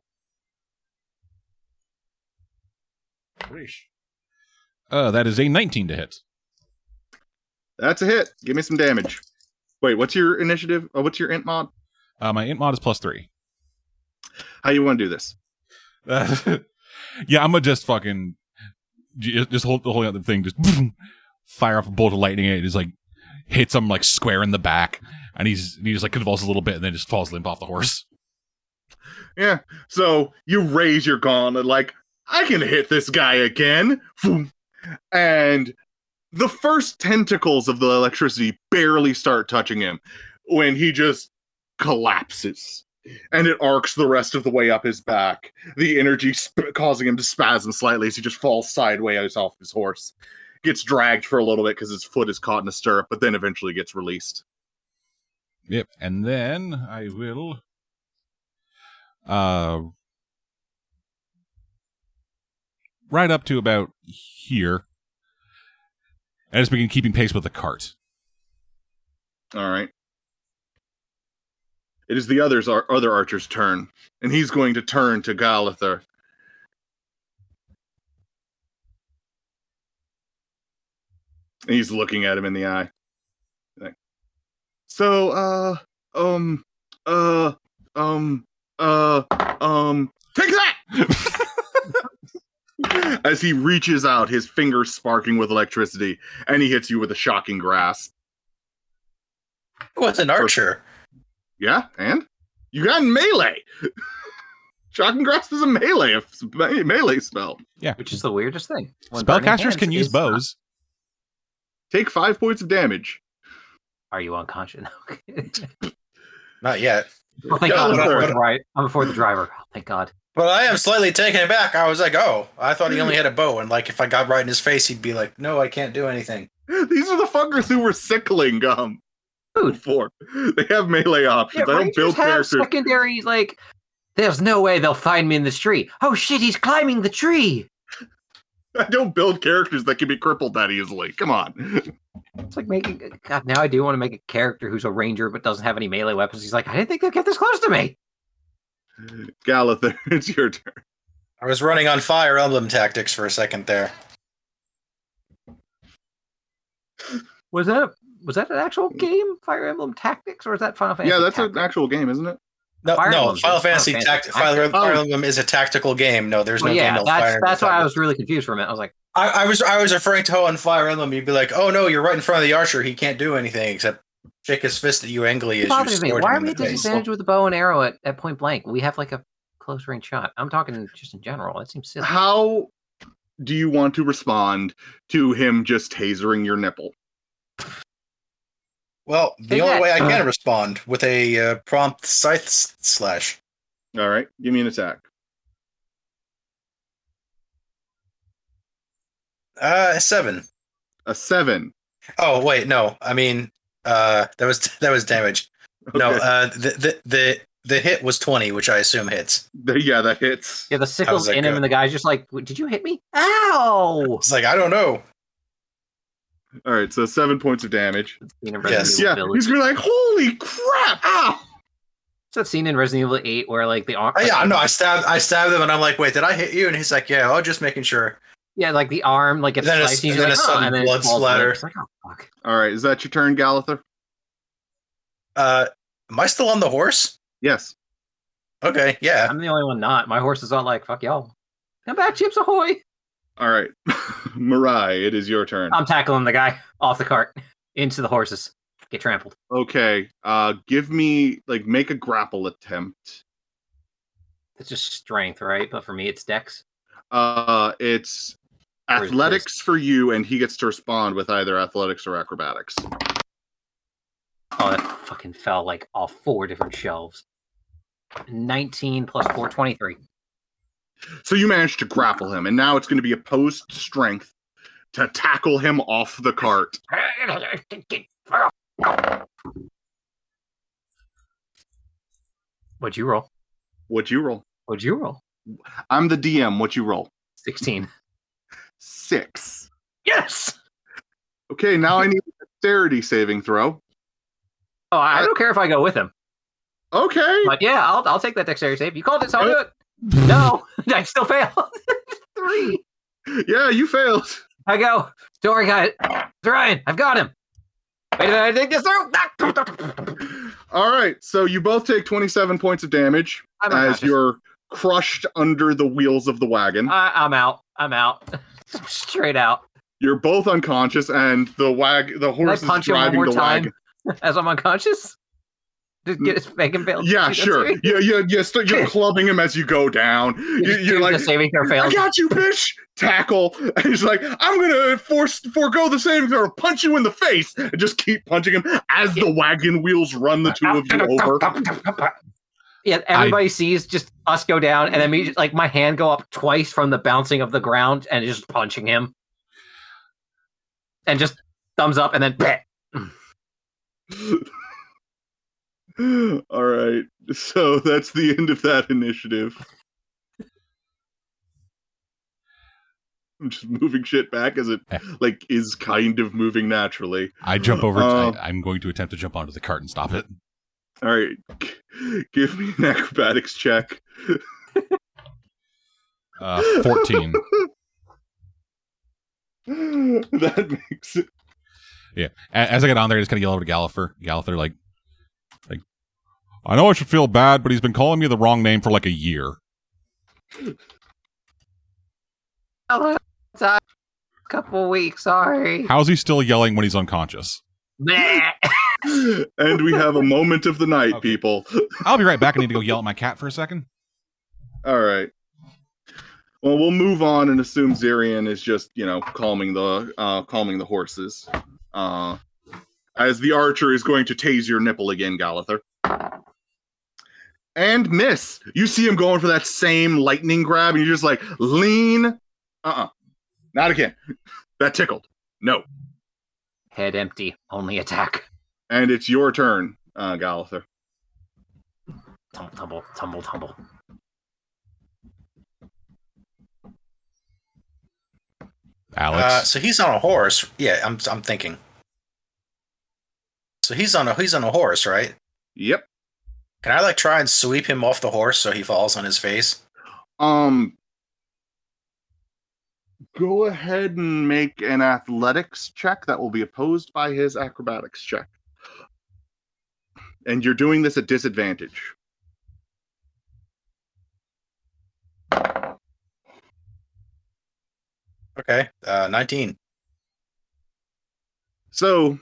Uh, that is a 19 to hit. That's a hit. Give me some damage. Wait, what's your initiative? Uh, what's your int mod? Uh, my int mod is plus three. How you want to do this? Uh, yeah, I'm gonna just fucking ju- just hold the whole other thing. Just fire off a bolt of lightning and it just like hits him like square in the back and he's he just like convulses a little bit and then just falls limp off the horse. Yeah. So you raise your gauntlet, like, I can hit this guy again. Boom. And the first tentacles of the electricity barely start touching him when he just collapses and it arcs the rest of the way up his back. The energy sp- causing him to spasm slightly as he just falls sideways off his horse. Gets dragged for a little bit because his foot is caught in a stirrup, but then eventually gets released. Yep. And then I will uh right up to about here. And just begin keeping pace with the cart. All right. It is the others our other archer's turn, and he's going to turn to Galather. And he's looking at him in the eye. Like, so, uh, um, uh, um, uh, um, take that! As he reaches out, his fingers sparking with electricity, and he hits you with a shocking grasp. It was an archer. Yeah, and you got melee. Shocking grasp is a melee a s- me- melee spell. Which is the weirdest thing. When burning Spellcasters hands can use is not- bows. Take five points of damage. Are you unconscious? Okay. Not yet. well, thank Oh God. I'm Galather. before, the dri- I'm before the driver. Oh, thank God. But I am slightly taken aback. I was like, oh, I thought he only had a bow. And like, if I got right in his face, he'd be like, no, I can't do anything. These are the fuckers who were sickling um Dude. before. They have melee options. I don't build characters. secondary. Like, there's no way they'll find me in this tree. Oh shit, he's climbing the tree. I don't build characters that can be crippled that easily. Come on. It's like making. God, now I do want to make a character who's a ranger but doesn't have any melee weapons. He's like, I didn't think they'd get this close to me. Galather, it's your turn. I was running on fire emblem tactics for a second there. Was that a, was that an actual game, Fire Emblem Tactics, or is that Final Fantasy? Yeah, that's Tactics? an actual game, isn't it? No, Fire no, Emblem's Final a- Final Fantasy Fantasy tact- tactic. Fire, Fire Oh. Emblem is a tactical game. No, there's no Well, yeah, game. no that's Fire that's why Emblem I was really confused for a minute. I was like, tactics. I, I was I was afraid to on Fire Emblem. You'd be like, oh no, you're right in front of the archer. He can't do anything except shake his fist at you angrily as you it bothers me. sword Why are him we in at the face. disadvantage with the bow and arrow at, at point blank? We have like a close range shot. I'm talking just in general. It seems silly. How do you want to respond to him just tasering your nipple? Well, the Take only that. Uh-huh. way I can respond with a uh, prompt scythe s- slash. All right, give me an attack. Uh, seven. A seven. Oh wait, no. I mean, uh, that was that was damage. No, Okay. uh, the, the the the hit was twenty, which I assume hits. yeah, that hits. Yeah, the sickle's that in him, go? and the guy's just like, "W- "Did you hit me? Ow!" It's like I don't know. All right, so seven points of damage. Scene in Yes. Resident Evil Yeah, Village. he's gonna be like, holy crap! Ow! It's that scene in Resident Evil Eight where like the arm, Oh, like, yeah, no, I stabbed I stabbed him, and I'm like, wait, did I hit you? And he's like, yeah, I was just making sure. yeah, like the arm like gets Then a- sliced, and he's then like, a "Oh," sudden and then it blood falls away. splatter. It's like, oh, fuck. All right, is that your turn, Galather? Uh, am I still on the horse? Yes. Okay, yeah. I'm the only one not. My horse is all like, "Fuck y'all, come back, Chips Ahoy!" All right, Marai, it is your turn. I'm tackling the guy off the cart into the horses. Get trampled. okay, uh, give me like make a grapple attempt. It's just strength, right? But for me, it's Dex. Uh, it's Where's- athletics for you, and he gets to respond with either athletics or acrobatics. Oh, that fucking fell like off four different shelves. 19 plus 4, 23. So you managed to grapple him, and now it's going to be opposed strength to tackle him off the cart. What'd you roll? What you roll? What'd you roll? I'm the DM. What you roll? 16. Six. Yes! Okay, now I need a dexterity saving throw. Oh, I, I I- don't care if I go with him. Okay. But yeah, I'll, I'll take that dexterity save. You called it, so I'll do it. No, I still failed. Three. Yeah, you failed. I go, don't worry, guys. It's Ryan, I've got him. Wait a minute, I think this through. All right, so you both take 27 points of damage I'm as unconscious. Uh, you're crushed under the wheels of the wagon. I, I'm out. I'm out. Straight out. You're both unconscious, and the wag the Can I horse is punch him one driving more the wagon. time as I'm unconscious? Just get his fucking fail. Yeah, sure. Yeah, yeah, yeah. So you're clubbing him as you go down. You, you're like, the saving throw I fails. got you, bitch. Tackle. And he's like, I'm gonna force forego the saving throw, punch you in the face, and just keep punching him as the wagon wheels run the two of you over. Yeah, everybody sees just us go down, and then me, just, like my hand go up twice from the bouncing of the ground, and just punching him, and just thumbs up, and then All right. So that's the end of that initiative. I'm just moving shit back as it like is kind of moving naturally. I jump over. Uh, I, I'm going to attempt to jump onto the cart and stop it. All right. G- Give me an acrobatics check. Uh, 14. that makes it A- As I get on there, I just kind of yell over to Galliffer. Galliffer, like, like, I know I should feel bad, but he's been calling me the wrong name for like a year. a couple weeks. Sorry. How's he still yelling when he's unconscious? and we have a moment of the night, Okay. people. I'll be right back. I need to go yell at my cat for a second. All right. Well, we'll move on and assume Zirian is just, you know, calming the uh, calming the horses. Uh, as the archer is going to tase your nipple again, Galather. And miss. You see him going for that same lightning grab, and you're just like, lean. Uh uh Not again. That tickled. No. Head empty. Only attack. And it's your turn, uh, Galather. Tumble, tumble, tumble, tumble. Alex. Uh, so he's on a horse. Yeah, I'm I'm thinking. So he's on a he's on a horse, right? Yep. Can I like try and sweep him off the horse so he falls on his face? Um, go ahead and make an athletics check that will be opposed by his acrobatics check. And you're doing this at disadvantage. Okay, uh, nineteen. So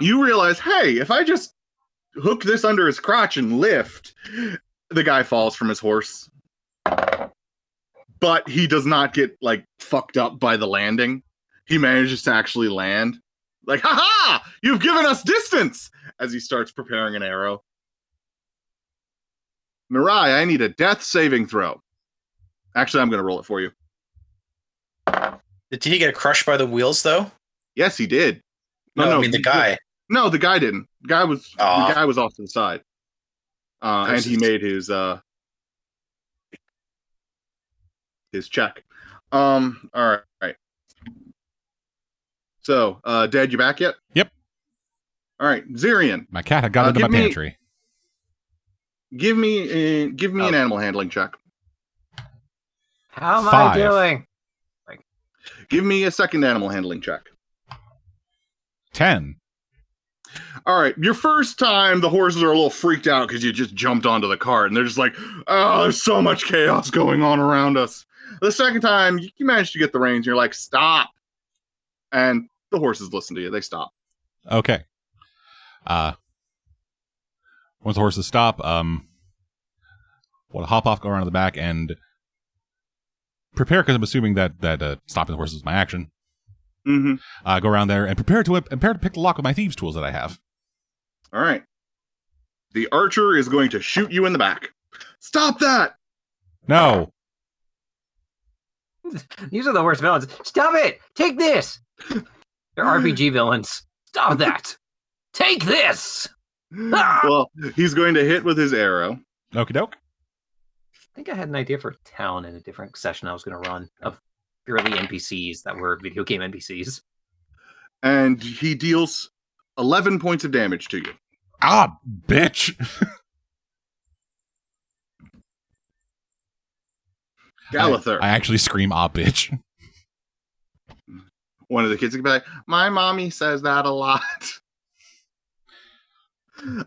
you realize, hey, if I just hook this under his crotch and lift, the guy falls from his horse. But he does not get like fucked up by the landing. He manages to actually land. Like, haha, you've given us distance as he starts preparing an arrow. Mirai, I need a death saving throw. Actually, I'm going to roll it for you. Did he get crushed by the wheels though? Yes, he did. No, I mean the he- guy. No, the guy didn't. The guy was Aw. the guy was off to the side, uh, and he Curses. made his uh, his check. Um. All right. So, uh, Dad, you back yet? Yep. All right, Zirian, my cat had got uh, into my give me- pantry. give me uh, give me an animal handling check. How am Five. I doing? Give me a second animal handling check. 10. All right, your first time, the horses are a little freaked out because you just jumped onto the cart, and they're just like, "Oh, there's so much chaos going on around us." The second time, you, you manage to get the reins, and you're like, "Stop!" And the horses listen to you; they stop. Okay. Uh, once the horses stop, um, want to hop off, go around to the back, and prepare because I'm assuming that that uh, stopping the horses is my action. Mm-hmm. Uh, go around there and prepare to whip, and prepare to pick the lock with my thieves' tools that I have. All right, the archer is going to shoot you in the back. Stop that! No, These are the worst villains. Stop it! Take this! They're RPG villains. Stop that! Take this! Ah! Well, he's going to hit with his arrow. okie doke. I think I had an idea for a town in a different session I was going to run of purely NPCs that were video game NPCs. and he deals 11 points of damage to you. Ah, bitch. Galather, I, I actually scream, ah, bitch. one of the kids can be like, My mommy says that a lot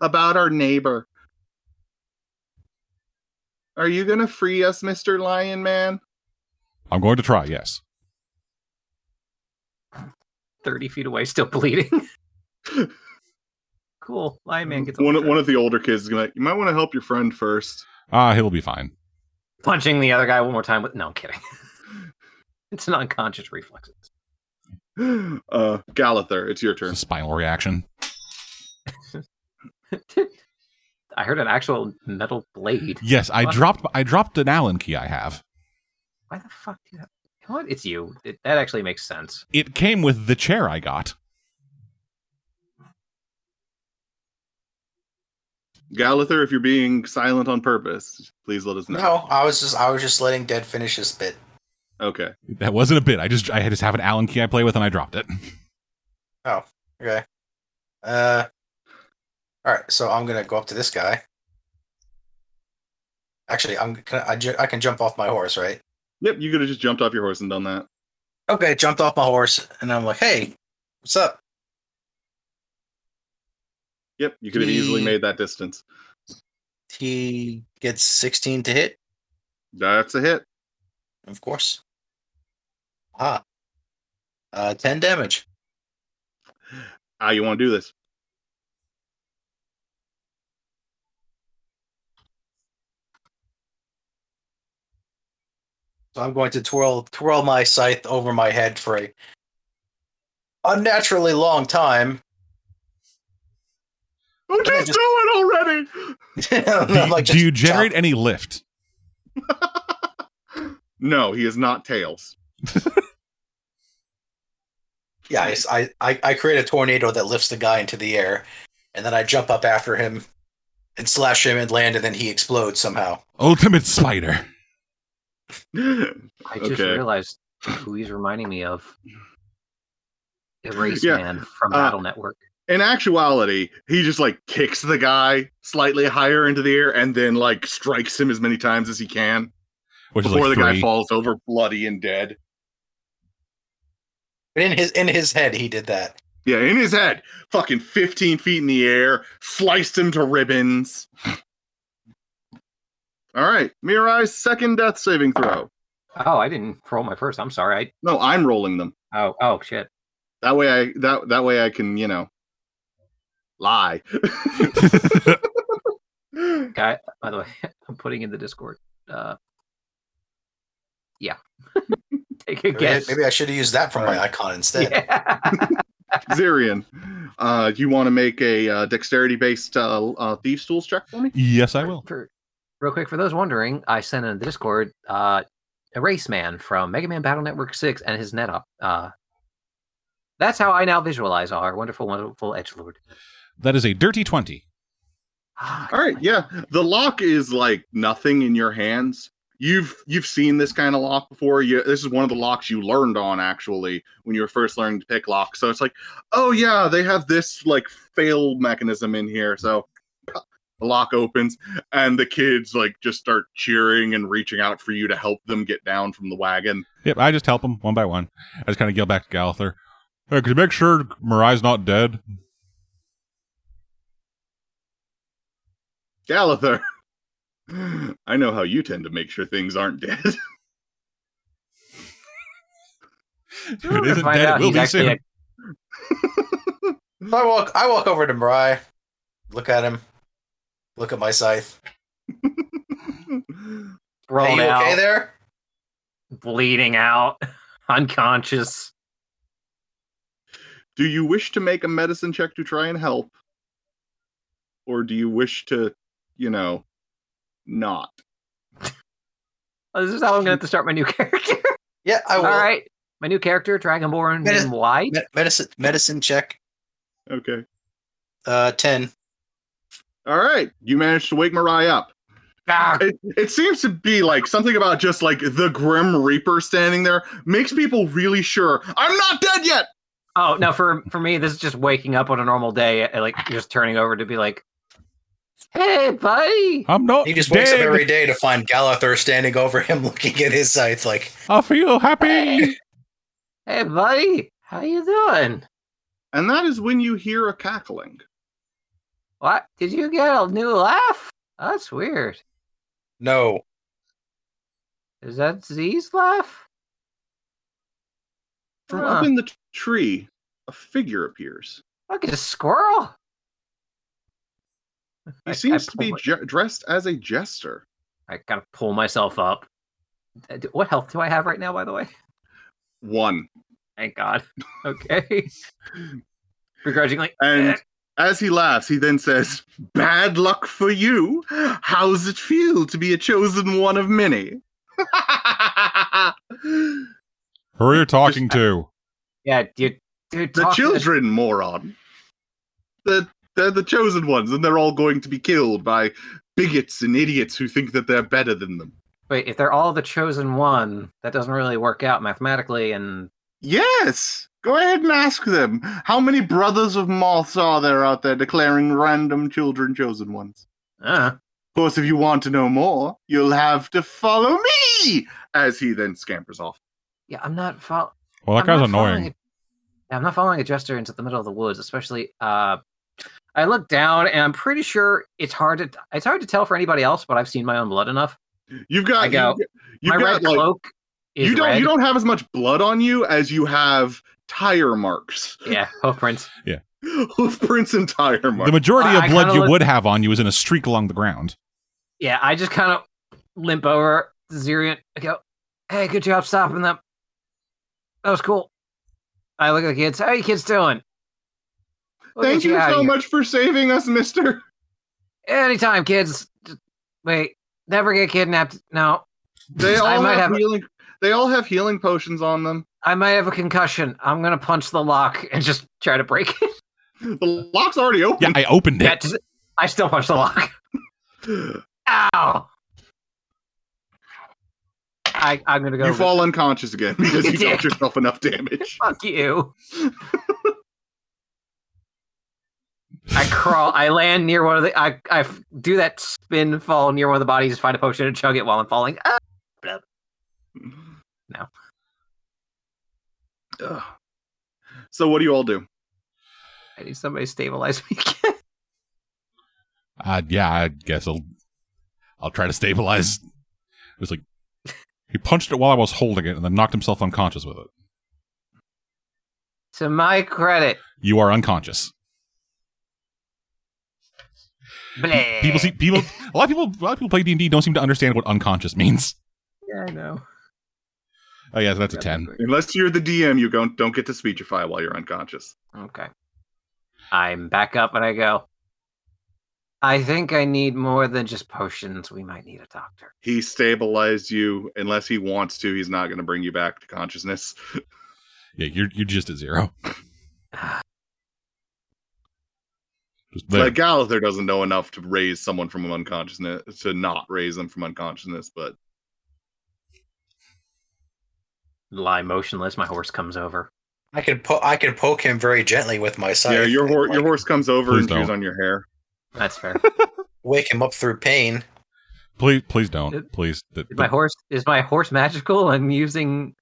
about our neighbor. Are you going to free us, Mr. Lion Man? I'm going to try. Yes. thirty feet away, still bleeding. cool. Lion man gets a One, little one bit. of the older kids is gonna. You might want to help your friend first. Ah, he'll be fine. punching the other guy one more time with no I'm kidding. it's an unconscious reflex. Uh, Galather, it's your turn. It's a spinal reaction. I heard an actual metal blade. Yes, I What? dropped I dropped an Allen key I have. Why the fuck do you have? You know What? It's you. It, that actually makes sense. It came with the chair I got. Galather, if you're being silent on purpose, please let us know. No, I was just I was just letting Dead finish his bit. Okay. That wasn't a bit. I just I just have an Allen key I play with and I dropped it. Oh, Okay. Uh. All right, so I'm gonna go up to this guy. Actually, I'm can I, ju- I can jump off my horse, right? Yep, you could have just jumped off your horse and done that. Okay, jumped off my horse, and I'm like, "Hey, what's up?" Yep, you could have easily Ye- made that distance. He gets 16 to hit, That's a hit. of course. Ah, uh, 10 damage. How you want to do this? So I'm going to twirl twirl my scythe over my head for a unnaturally long time. Oh, Can I just, just- do it already. Do, you- do you generate any lift? No, he is not tails. Yeah, I, I I I create a tornado that lifts the guy into the air, and then I jump up after him, and slash him and land, and then he explodes somehow. Ultimate spider. I just Okay. realized who he's reminding me of. Erase Yeah, Man from uh, Battle Network. In actuality, he just like kicks the guy slightly higher into the air and then like strikes him as many times as he can Which before is like the guy three. falls over bloody and dead. But in his in his head, he did that. Yeah, in his head, fucking 15 feet in the air, sliced him to ribbons. All right, Mirai's second death saving throw. Oh, I didn't roll my first. I'm sorry. No, I'm rolling them. I oh oh shit. That way I that that way I can, you know, lie. Guy. By the way, I'm putting in the Discord. Uh, yeah. Take a Maybe, guess. maybe I should have used that for my Alright. icon instead. Yeah. Zirian, uh, you want to make a uh, dexterity based uh, uh, thieves tools check for me? yes, I will. For, real quick, for those wondering, I sent in the Discord uh, Erase Man from Mega Man Battle Network 6 and his net up. Uh, that's how I now visualize our wonderful, wonderful Edge Lord. Ah, That is a dirty twenty. All right, yeah. The lock is like nothing in your hands. You've you've seen this kind of lock before. You, this is one of the locks you learned on actually when you were first learning to pick locks. So it's like, oh yeah, they have this like fail mechanism in here. So the lock opens and the kids like just start cheering and reaching out for you to help them get down from the wagon. Yep, I just help them one by one. I just kind of yell back to Galather. Hey, could you make sure Mariah's not dead? Galather, I know how you tend to make sure things aren't dead. If We're it gonna isn't find dead, it out will he's be actually soon. a- So I walk I walk over to Marai, look at him, look at my scythe. Are thrown you out, okay there? bleeding out, unconscious. Do you wish to make a medicine check to try and help? Or do you wish to, you know, not? Oh, this is how I'm going to have to start my new character. Yeah, I All will. right. My new character, Dragonborn Medi- in white. Me- medicine medicine check. Okay. Uh, ten. All right. You managed to wake Mariah up. Ah, It, it seems to be like something about just like the Grim Reaper standing there makes people really sure I'm not dead yet. Oh no, for for me, this is just waking up on a normal day and like just turning over to be like, "Hey, buddy, I'm not He just wakes up every dead. day to find Galather standing over him, looking at his scythe like. I feel happy. hey, buddy, how you doing? And that is when you hear a cackling. What did you get a new laugh? Oh, That's weird. No, Is that Z's laugh? From Huh. up in the t- tree, a figure appears. Look at this squirrel. He I- I seems to pull be my- je- dressed as a jester. I gotta pull myself up. Uh, d- What health do I have right now, by the way? One. Thank God. Okay. Begrudgingly. Uh, And as he laughs, he then says, Bad luck for you. How's it feel to be a chosen one of many? Who are you talking to? yeah, you, you're the talking to- children, moron. The, they're the chosen ones, and they're all going to be killed by bigots and idiots who think that they're better than them. Wait, if they're all the chosen one, that doesn't really work out mathematically. And Yes! Go ahead and ask them. How many brothers of moths are there out there declaring random children chosen ones? uh, Of course, if you want to know more, you'll have to follow me! As he then scampers off. yeah, I'm not. Fo- Well, that I'm guy's not following annoying. a- yeah, I'm not following a jester into the middle of the woods, especially. Uh, I look down, and I'm pretty sure it's hard to it's hard to tell for anybody else, but I've seen my own blood enough. You've got I go, you my got red like, cloak is you don't red. you don't have as much blood on you as you have tire marks, Yeah, hoof prints. hoof prints and tire The marks. majority I- of I blood kinda you look- would have on you is in a streak along the ground. Yeah, I just kind of limp over to Zirian. I go, "Hey, good job stopping them. That was cool." I look at the kids. How are you kids doing? We'll get Thank you out of so here." much for saving us, Mister. Anytime, kids. Just- Wait, never get kidnapped. No, They I all might have, have a- healing. They all have healing potions on them. I might have a concussion. I'm gonna punch the lock and just try to break it. The lock's already Yeah, open. I opened That it. just- I still punch the lock. Ow! I, I'm gonna go. you fall unconscious again because you You dealt dick. yourself enough damage. Fuck you. I crawl. I land near one of the. I, I f- do that spin fall near one of the bodies, find a potion and chug it while I'm falling. Ah! Ugh. So what do you all do? I need somebody to stabilize me. again. Uh, yeah, I guess I'll I'll try to stabilize. It was like he punched it while I was holding it and then knocked himself unconscious with it. to my credit, You are unconscious. bleh. People see people. A lot of people. A lot of people play D and D don't seem to understand what unconscious means. Yeah, I know. Oh yeah, so that's a ten. Unless you're the DM, you don't don't get to speechify while you're unconscious. Okay. I'm back up and I go. I think I need more than just potions. We might need a doctor. He stabilized you. Unless he wants to, he's not going to bring you back to consciousness. Yeah, you're you're just at zero. Just there. Like Galather doesn't know enough to raise someone from unconsciousness to not raise them from unconsciousness, but Lie motionless. My horse comes over. I can po- I can poke him very gently with my scythe. yeah, your and, horse like, your horse comes over Please and chews don't. on your hair. That's fair. Wake him up through pain. please, please don't. Please. The- Is my horse is my horse magical and using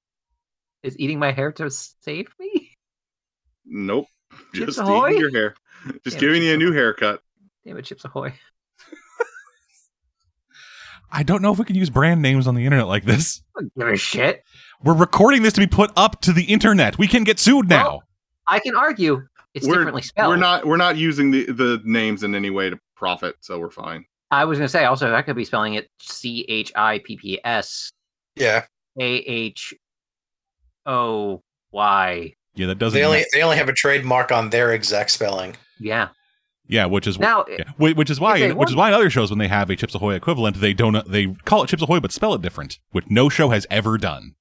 is eating my hair to save me? Nope, Chips just Ahoy? eating your hair, just Yeah, giving you a Chips new haircut. Damn it, Chips Ahoy. I don't know if we can use brand names on the internet like this. I don't give a shit. We're recording this to be put up to the internet. We can get sued now. Well, I can argue it's we're, differently spelled. We're not we're not using the the names in any way to profit, so we're fine. I was gonna say also I could be spelling it C H I P P S Yeah, A H O Y. yeah, that doesn't. they only ma- they only have a trademark on their exact spelling. Yeah. yeah, which is Now yeah, whi- which is why If they in, which is want- why in other shows when they have a Chips Ahoy equivalent, they don't they call it Chips Ahoy but spell it different, which no show has ever done.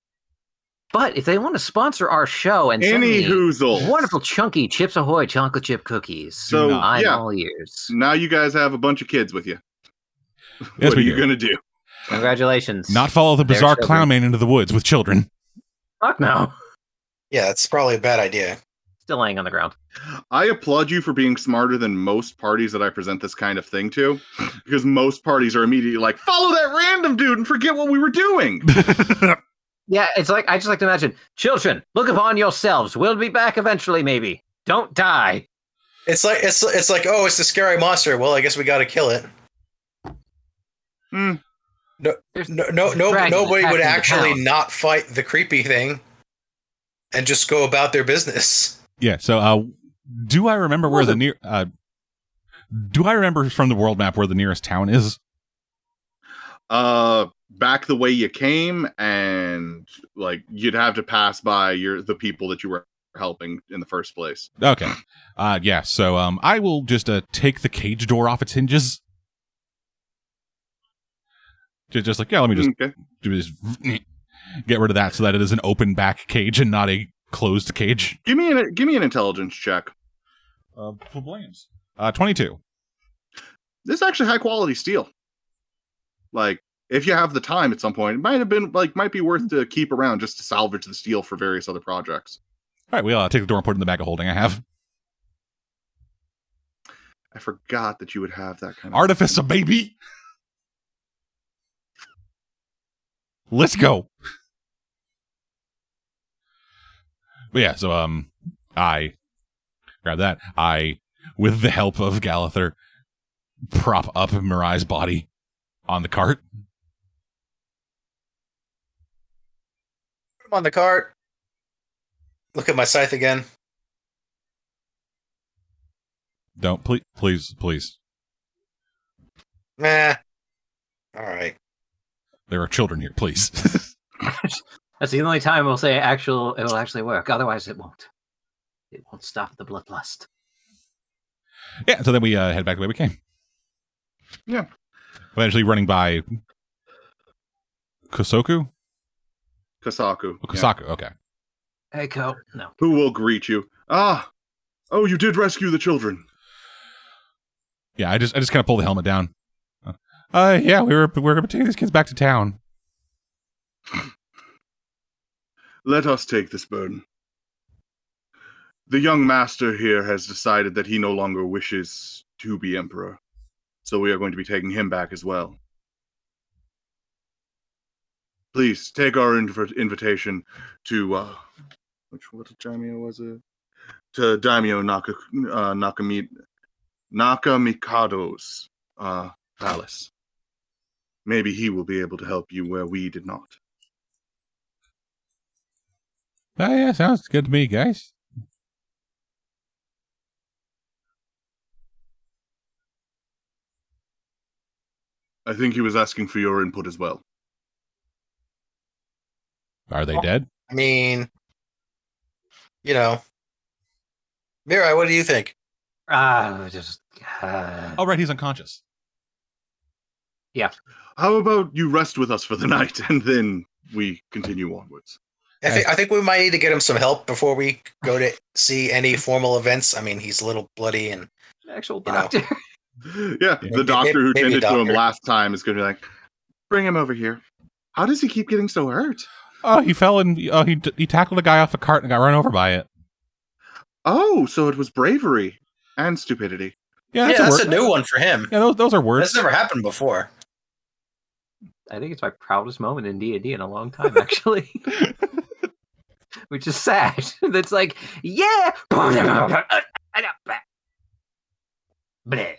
but if they want to sponsor our show and send Any me hoozle. wonderful chunky Chips Ahoy chocolate chip cookies, So Do not. I'm yeah, all ears. now you guys have a bunch of kids with you. Yes, what we are you do. gonna do? Congratulations. Not follow the They're bizarre children. clown man into the woods with children. fuck no. Yeah, it's probably a bad idea. Still laying on the ground. I applaud you for being smarter than most parties that I present this kind of thing to, because most parties are immediately like, "Follow that random dude and forget what we were doing." Yeah, it's like I just like to imagine. Children, look upon yourselves. We'll be back eventually, maybe. Don't die. It's like it's it's like oh, it's a scary monster. Well, I guess we got to kill it. Hmm. There's No, no, there's a no dragon nobody would attacking the actually town. not fight the creepy thing, and just go about their business. Yeah. So, uh, do I remember where Was the it- near? Uh, do I remember from the world map where the nearest town is? Uh, back the way you came, and like you'd have to pass by your the people that you were helping in the first place. Okay. Uh, yeah. So, um, I will just uh take the cage door off its hinges. Ju- Just like yeah, let me just okay. Mm. do this. Get rid of that so that it is an open back cage and not a closed cage. Give me an give me an intelligence check. Uh, Uh, twenty-two. This is actually high quality steel. Like if you have the time at some point, it might have been like might be worth to keep around just to salvage the steel for various other projects. All right, we uh, take the door and put it in the bag of holding I have. I forgot that you would have that kind of Artifice a baby. Let's go. But yeah, so um I grab that. I with the help of Galather prop up Mirai's body on the cart. Put him on the cart. Look at my scythe again. Don't please please please. Nah. All right. There are children here, please. That's the only time we'll say actual it will actually work. Otherwise, it won't. It won't stop the bloodlust. yeah, so then we uh, head back the way we came. Yeah. Eventually running by Kosoku? Kasaku. Oh, Yeah. Kosaku, okay. Hey, Co. No. Who will greet you? Ah, oh, you did rescue the children. Yeah, I just I just kind of pull the helmet down. Uh, yeah, we were we were gonna take these kids back to town. Let us take this burden. The young master here has decided that he no longer wishes to be emperor, so we are going to be taking him back as well. Please take our inv- invitation to uh, which what daimyo was it? To daimyo Naka uh, Nakami Nakamikado's uh, palace. Maybe he will be able to help you where we did not. Oh yeah, sounds good to me, guys. I think he was asking for your input as well. Are they Oh. dead? I mean, you know. Mirai, what do you think? Ah, just. Uh, Oh right, he's unconscious. How about you rest with us for the night and then we continue onwards? I think I think we might need to get him some help before we go to see any formal events. I mean, he's a little bloody and actual you know. doctor. Yeah, Maybe- the doctor who maybe a tended to him doctor. last time is going to be like, bring him over here. How does he keep getting so hurt? Oh, he fell and oh he he tackled a guy off a cart and got run over by it. Oh, so it was bravery and stupidity. Yeah, yeah, that's, that's a, a word. new one for him. Yeah, those those are words. That's never happened before. I think it's my proudest moment in D and D in a long time, actually. Which is sad. That's like, yeah. Bleh.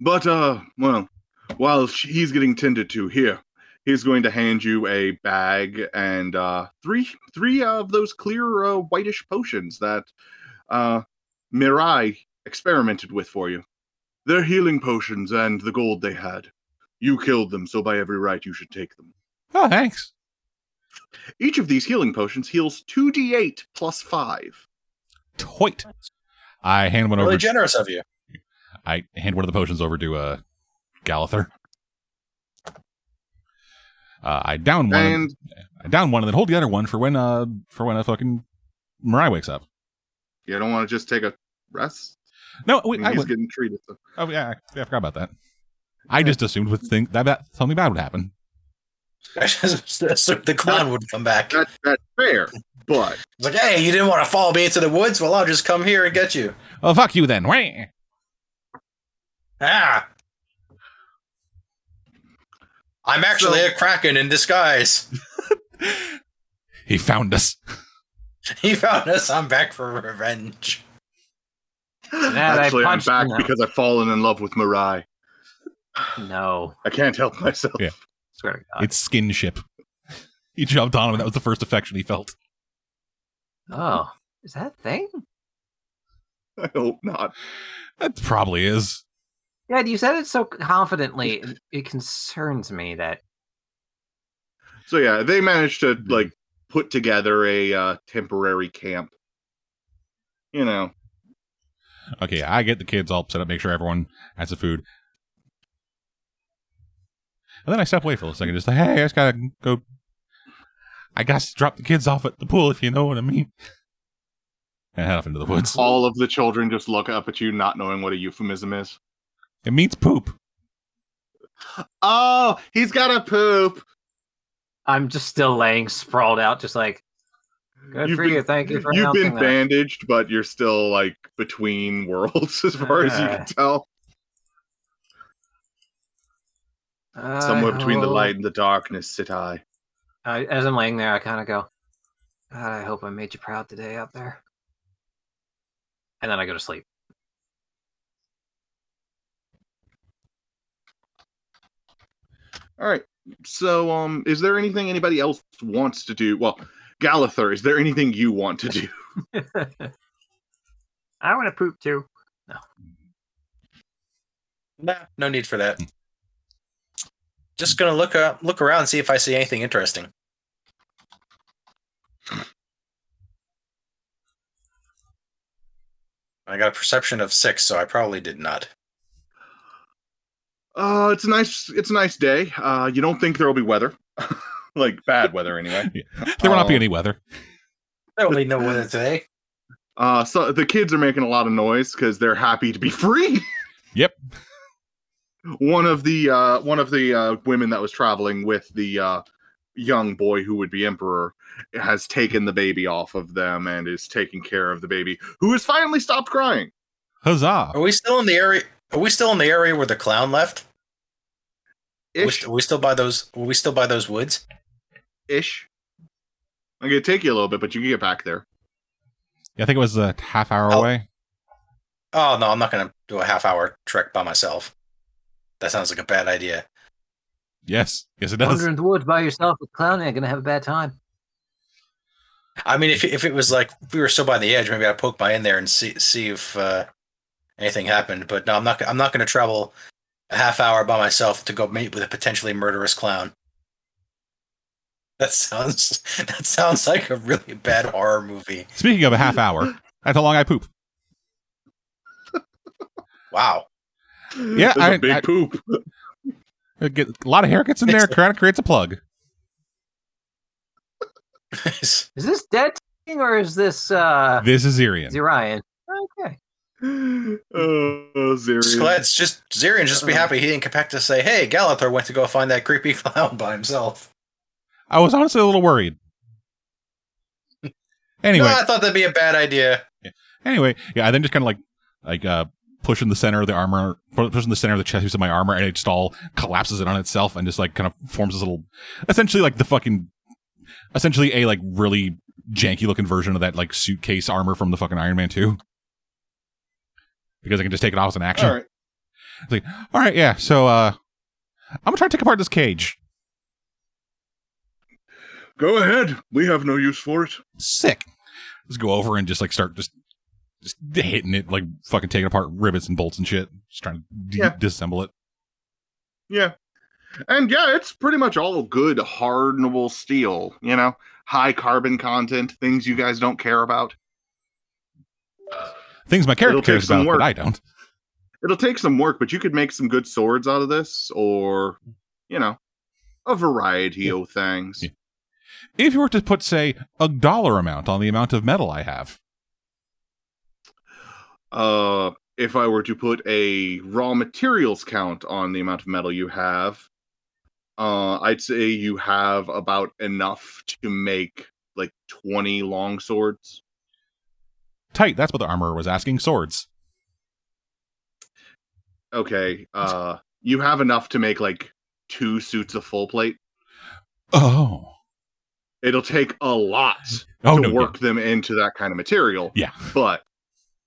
But, uh, well, while sh- he's getting tended to here, he's going to hand you a bag and uh, three three of those clear uh, whitish potions that uh, Mirai experimented with for you. They're healing potions and the gold they had. You killed them, so by every right you should take them. Oh, thanks. Each of these healing potions heals 2d8 plus 5. Toit. I hand one Really over. generous of you. I hand one of the potions over to uh, Galather. Uh, I down one. and I down one and then hold the other one for when uh for when a fucking Mariah wakes up. you don't want to just take a rest? No, I wait, mean, I he's would- getting treated. so- Oh yeah, I, I forgot about that. I just assumed would think that, that something bad would happen. I just assumed the clown would come back. That, that's fair, but It's like, hey, you didn't want to follow me into the woods? Well, I'll just come here and get you. Oh fuck you then. Wah! Ah. I'm actually a kraken in disguise. He found us. He found us. I'm back for revenge. I actually, I'm punched back him out. because I've fallen in love with Mirai. No, I can't help myself. Yeah. swear to God. It's skinship. He jumped on him and that was the first affection he felt. oh, is that a thing? I hope not. That probably is. Yeah, you said it so confidently. It- It concerns me that So yeah, they managed to Hmm. like put together a uh, temporary camp. You know, Okay, I get the kids all set up, make sure everyone has the food. And then I step away for a second, just like, hey, I just gotta go. I got to drop the kids off at the pool, if you know what I mean. And head off into the woods. all of the children just look up at you, not knowing what a euphemism is. It means poop. Oh, he's got a poop. I'm just still laying sprawled out, just like good You've for been- you. Thank you for You've announcing been that. bandaged, but you're still like between worlds as far as you Uh, can tell. I Somewhere between the hope- light and the darkness sit I. I, as I'm laying there, I kind of go, God, I hope I made you proud today out there. And then I go to sleep. All right. So, um, is there anything anybody else wants to do? Well, Galather, is there anything you want to do? I want to poop too. Nah, no need for that. Just gonna look up, look around, and see if I see anything interesting. I got a perception of six, so I probably did not. Uh, it's a nice. It's a nice day. Uh, you don't think there will be weather, like bad weather anyway. There will not be Oh. any weather. There will be no weather today. Uh, so the kids are making a lot of noise because they're happy to be free. Yep. One of the uh, one of the uh, women that was traveling with the uh, young boy who would be emperor has taken the baby off of them and is taking care of the baby, who has finally stopped crying. Huzzah. Are we still in the area? Are we still in the area where the clown left? Are we, Ish, st- are we still by those? Are we still by those woods? ish. I'm gonna take you a little bit, but you can get back there. Yeah, I think it was a half hour Oh. away. Oh no, I'm not gonna do a half hour trek by myself. That sounds like a bad idea. Yes. Yes, it does. Wandering the woods by yourself with clown, you're gonna have a bad time. I mean, if if it was like if we were still by the edge, maybe I'd poke my in there and see see if uh, anything happened. But no, I'm not. I'm not going to travel a half hour by myself to go meet with a potentially murderous clown. That sounds that sounds like a really bad horror movie. Speaking of a half hour, that's how long I poop. Wow. Yeah, There's a I- big I- poop. I get a lot of haircuts in there, kind of creates a plug. Is this dead thing or is this uh This is Irian. Zirian? Okay. oh, serious. just glad, just Zirian, just be happy he didn't come back to say, "Hey, Galathor went to go find that creepy clown by himself." I was honestly a little worried. Anyway, No, I thought that'd be a bad idea. Anyway, yeah, I then just kind of like like uh pushing the center of the armor, pu- pushing the center of the chest piece of my armor, and it just all collapses it on itself and just like kind of forms this little, essentially like the fucking, essentially a like really janky looking version of that like suitcase armor from the fucking Iron Man two. Because I can just take it off as an action. All right. All right, yeah. So uh I'm gonna try to take apart this cage. Go ahead. We have no use for it. Sick. Let's go over and just like start just just hitting it like fucking taking apart ribbons and bolts and shit. Just trying to de- Yeah. disassemble it. Yeah. And yeah, it's pretty much all good hardenable steel, you know, high carbon content, things you guys don't care about. Things my character It'll take cares some about, work. but I don't. It'll take some work, but you could make some good swords out of this or, you know, a variety of things. Yeah. If you were to put, say, a dollar amount on the amount of metal I have, Uh if I were to put a raw materials count on the amount of metal you have, uh I'd say you have about enough to make like 20 long swords. tight, that's what the armorer was asking. Swords. okay uh you have enough to make like two suits of full plate Oh. it'll take a lot Oh, to no. work them into that kind of material Yeah. but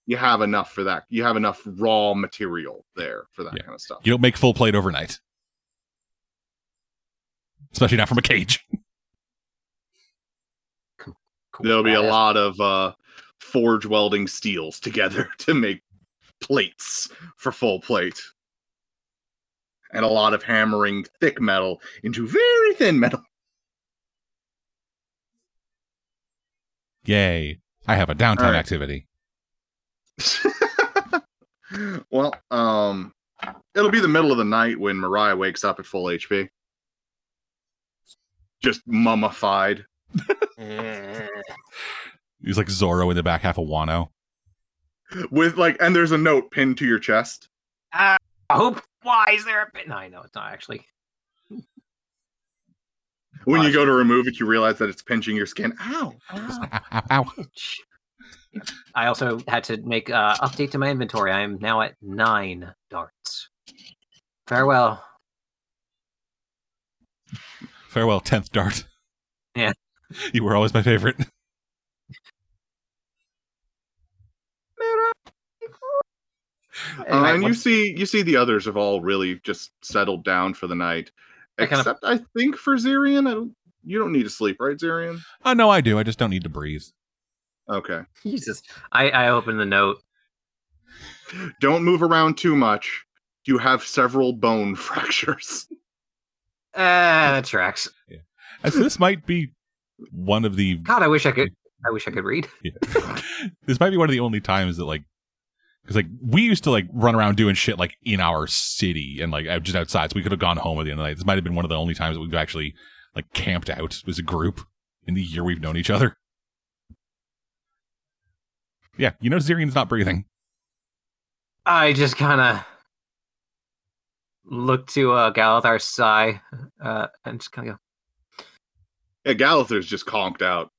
you have enough for that you have enough raw material there for that Yeah. kind of stuff You don't make full plate overnight. Especially not from a cage. Cool. there'll be a Badass. lot of uh forge welding steels together to make plates for full plate. And a lot of hammering thick metal into very thin metal. Yay. I have a All downtime right. activity. well, um, it'll be the middle of the night when Mariah wakes up at full HP. Just mummified. He's like Zorro in the back half of Wano. With like and there's a note pinned to your chest. I hope. Why is there a pin? No, I know it's not actually. When you Gosh. go to remove it, you realize that it's pinching your skin. Ow. It's ow. like, ow, ow, ow. Itch. I also had to make uh, update to my inventory. I am now at nine darts. Farewell. Farewell, 10th dart. Yeah. You were always my favorite. Uh, Anyway, and you once- see, you see, the others have all really just settled down for the night, I kind of- except I think for Zirian. I don't. You don't need to sleep, right, Zirian? Oh, no, I do. I just don't need to breathe. Okay. Jesus. I, I opened the note. Don't move around too much. You have several bone fractures. Uh, that tracks. As this might be one of the God, I wish I could. I wish I could read. this might be one of the only times that like because like we used to like run around doing shit like in our city and like out- just outside so we could have gone home at the end of the night this might have been one of the only times that we've actually like camped out as a group in the year we've known each other yeah you know zirian's not breathing I just kind of look to uh, Galathar's sigh uh, and just kind of go. Yeah, Galather's just conked out,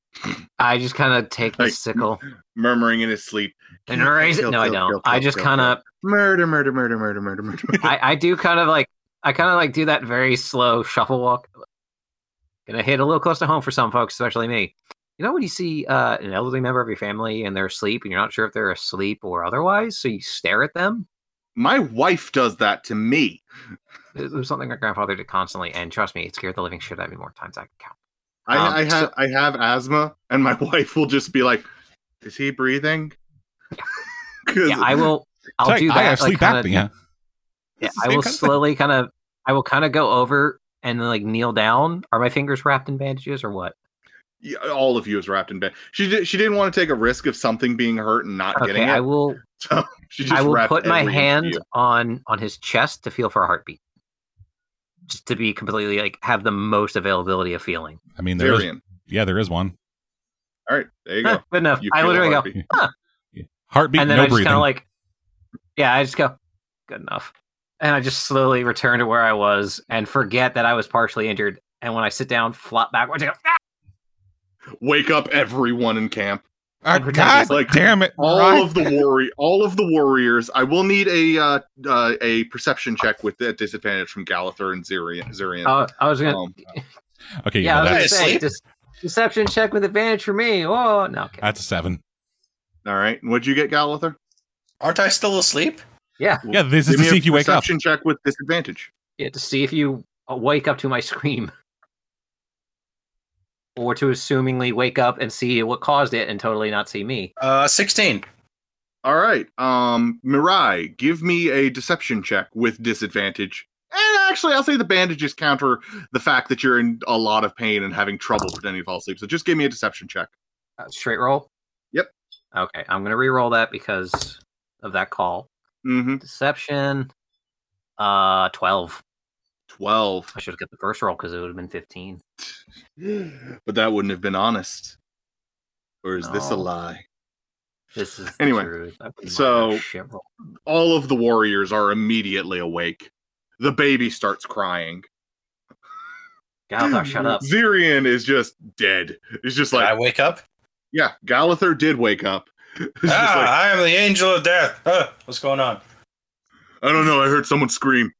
I just kind of take the Like, sickle murmuring in his sleep. and Kill, kill, raise it. kill, No, I kill, don't. kill, I kill, just kill, kind of. kill. murder, murder, murder, murder, murder, murder. murder. I, I do kind of like I kind of like do that very slow shuffle walk. Gonna hit a little close to home for some folks, especially me. You know when you see uh, an elderly member of your family and they're asleep, and you're not sure if they're asleep or otherwise, so you stare at them. My wife does that to me. It was something my grandfather did constantly, and trust me, it scared the living shit out of me more times than I can count. I, Um, I have so- I have asthma, and my wife will just be like, "Is he breathing?" 'Cause- Yeah, I will. I'll It's like, do that. i have like, sleep kinda- apnea Yeah, It's the I same will kind of thing. slowly kind of. I will kind of go over and then like kneel down. Are my fingers wrapped in bandages or what? Yeah, all of you is wrapped in bed. She did, she didn't want to take a risk of something being hurt and not Okay, getting it. I will. so she just I will wrapped put my every inch of hand you. on on his chest to feel for a heartbeat, just to be completely like have the most availability of feeling. i mean there is Tyrion. yeah there is one All right, there you Huh, go. But enough. You I feel a literally go, heartbeat. heartbeat and then no I just breathing kind of like, yeah, I just go, good enough, and I just slowly return to where I was and forget that I was partially injured. And when I sit down, flop backwards, I go, "Ah!" Wake up everyone in camp. Ah, pretend god it's like- damn it All Mariah. of the worry, all of the warriors. I will need a uh, uh, a perception check with that disadvantage from Galather and Zirian. Zirian. Oh, I was gonna, Um, okay yeah, yeah, I was that's, that's- gonna say, just deception check with advantage for me. Oh no, okay. that's a seven all right, what'd you get, Galather? Aren't I still asleep? yeah this is to see if you wake up perception check with disadvantage. Yeah, to see if you uh, wake up to my scream. Or to assumingly wake up and see what caused it and totally not see me. Uh, 16. All right, um, Mirai, give me a deception check with disadvantage. And actually, I'll say the bandages counter the fact that you're in a lot of pain and having trouble pretending to fall asleep. So just give me a deception check. Uh, straight roll? Yep. Okay, I'm going to re-roll that because of that call. Mm-hmm. Deception, uh, 12. Twelve, I should have got the first roll because it would have been 15. but that wouldn't have been honest. Or is this a No. lie? This is the Anyway, truth. I wouldn't mind a so- shit roll. All of the warriors are immediately awake. The baby starts crying. Galatha, shut up. Zirian is just dead. It's just Did I like, wake up? yeah, Galather did wake up. It's just ah, like, I am the angel of death. Huh, what's going on? I don't know. I heard someone scream.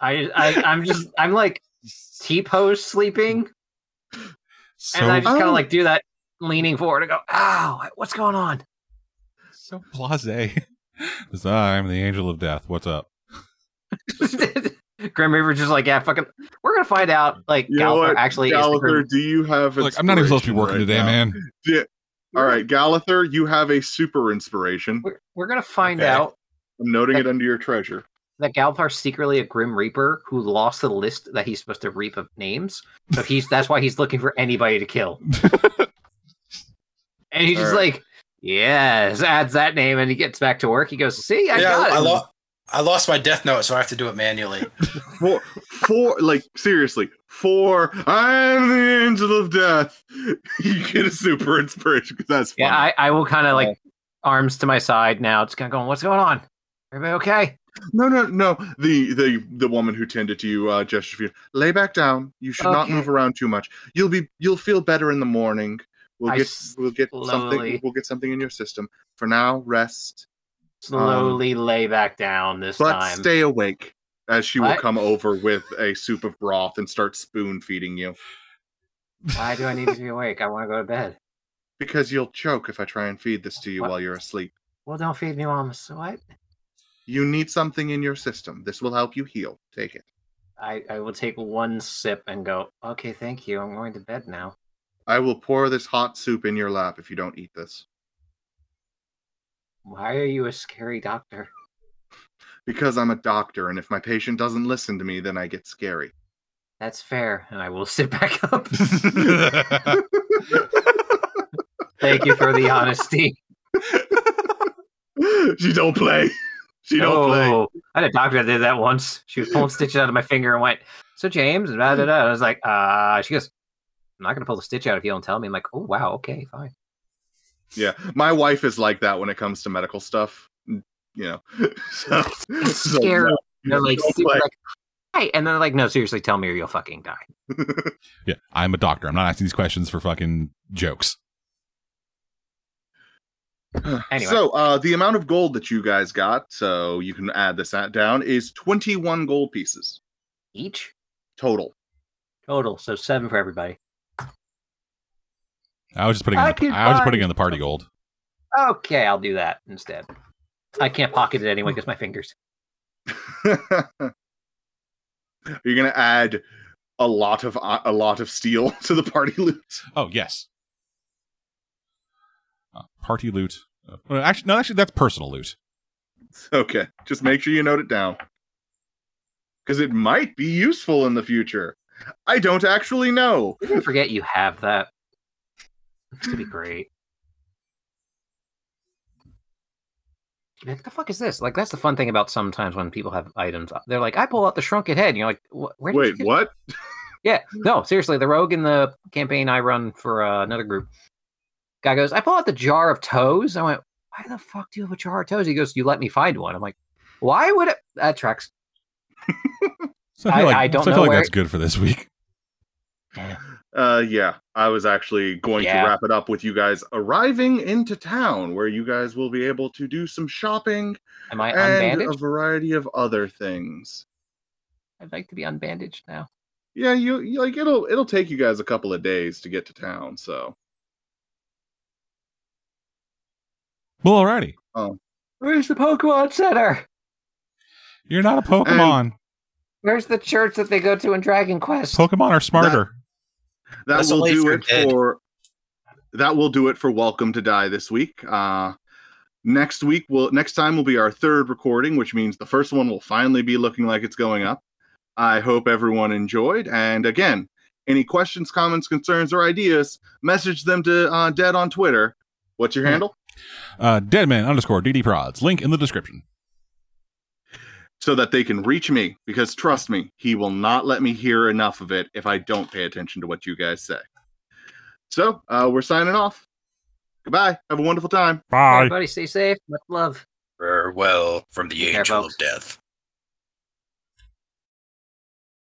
I, I, I'm just, I'm like T-pose sleeping. so, And I just kind Oh. of like do that, leaning forward and go, "Ow, what's going on?" so blase 'Cause i'm the angel of death what's up Grim Reaver's just like, "Yeah, fucking, we're gonna find out." Like, You know Gallagher what, actually is the Galather, Grim- do you have? like i'm not even supposed to be inspiration working right now? today man All right, Galather, you have a super inspiration. We're, we're going to find Okay. out I'm noting it under your treasure. that Galvathar's secretly a Grim Reaper who lost the list that he's supposed to reap of names. So he's that's why he's looking for anybody to kill. and he's just Alright. like, yes, adds that name, and he gets back to work. He goes, see, I yeah, got I, it. lo- I lost my death note, so I have to do it manually. For, for, like, seriously, for I'm the angel of death. You get a super inspiration because that's fun. yeah, I, I will kind of like arms to my side now, just kind of going, what's going on? Everybody Um, okay? No, no, no. The the the woman who tended to you, uh, gestures for you. Lay back down. You should not Okay. move around too much. You'll be you'll feel better in the morning. We'll I get we'll get slowly- something we'll get something in your system. For now, rest. Slowly lay back down this But time. stay awake. As she will What? come over with a soup of broth and start spoon feeding you. Why do I need to be awake? I want to go to bed. Because you'll choke if I try and feed this to you What? while you're asleep. Well, don't feed me while I'm asleep. You need something in your system. This will help you heal. Take it. I, I will take one sip and go, okay, thank you. I'm going to bed now. I will pour this hot soup in your lap if you don't eat this. Why are you a scary doctor? because I'm a doctor, and if my patient doesn't listen to me, then I get scary. That's fair. And I will sit back up. thank you for the honesty. she don't play. She don't play. oh, I had a doctor that did that once. She was pulling stitches out of my finger and went, so James, and da, da, da. I was like, uh, she goes, I'm not going to pull the stitch out if you don't tell me. I'm like, oh, wow, okay, fine. Yeah, my wife is like that when it comes to medical stuff. You know, so, It's so, scary. no, They're like, don't super play. like, hi. And they're like, no, seriously, tell me or you'll fucking die. yeah, I'm a doctor. I'm not asking these questions for fucking jokes. Anyway. So uh, the amount of gold that you guys got, so you can add this at- down, is twenty-one gold pieces Each total. total. So seven for everybody. I was just putting. In I the, can I was just find- putting in the party gold. Okay, I'll do that instead. I can't pocket it anyway because my fingers. You're gonna add a lot of uh, a lot of steel to the party loot. Oh yes. Uh, party loot. Uh, well, actually, no. Actually, that's personal loot. Okay. Just make sure you note it down. Because it might be useful in the future. I don't actually know. I forget you have that. It's gonna be great. Like, the fuck is this? Like, that's the fun thing about sometimes when people have items. They're like, I pull out the shrunken head, and you're like, "Wh- where did you Wait, get-" what? Yeah, no, seriously, the rogue in the campaign I run for uh, another group guy goes, I pull out the jar of toes. I went, why the fuck do you have a jar of toes? He goes, you let me find one. I'm like, why would it? That tracks. So I, feel I- like, I don't so I know feel like where- that's good for this week. Uh yeah. I was actually going Yeah. to wrap it up with you guys arriving into town where you guys will be able to do some shopping Am I and unbandaged? a variety of other things. I'd like to be unbandaged now. Yeah, you, you like it'll it'll take you guys a couple of days to get to town, so Well, alrighty. Where's the Pokemon Center? You're not a Pokemon. Where's the church that they go to in Dragon Quest? Pokemon are smarter. that That's will only do for it dead. for that will do it for welcome to die this week uh next week will next time will be our third recording which means the first one will finally be looking like it's going up i hope everyone enjoyed and again any questions comments concerns or ideas message them to uh, dead on twitter what's your Hmm. handle Uh, Deadman underscore DD prods. Link in the description. so that they can reach me because trust me he will not let me hear enough of it if i don't pay attention to what you guys say so uh, we're signing off goodbye have a wonderful time Everybody, stay safe. Much love. Farewell from the Take care, angel folks. of death.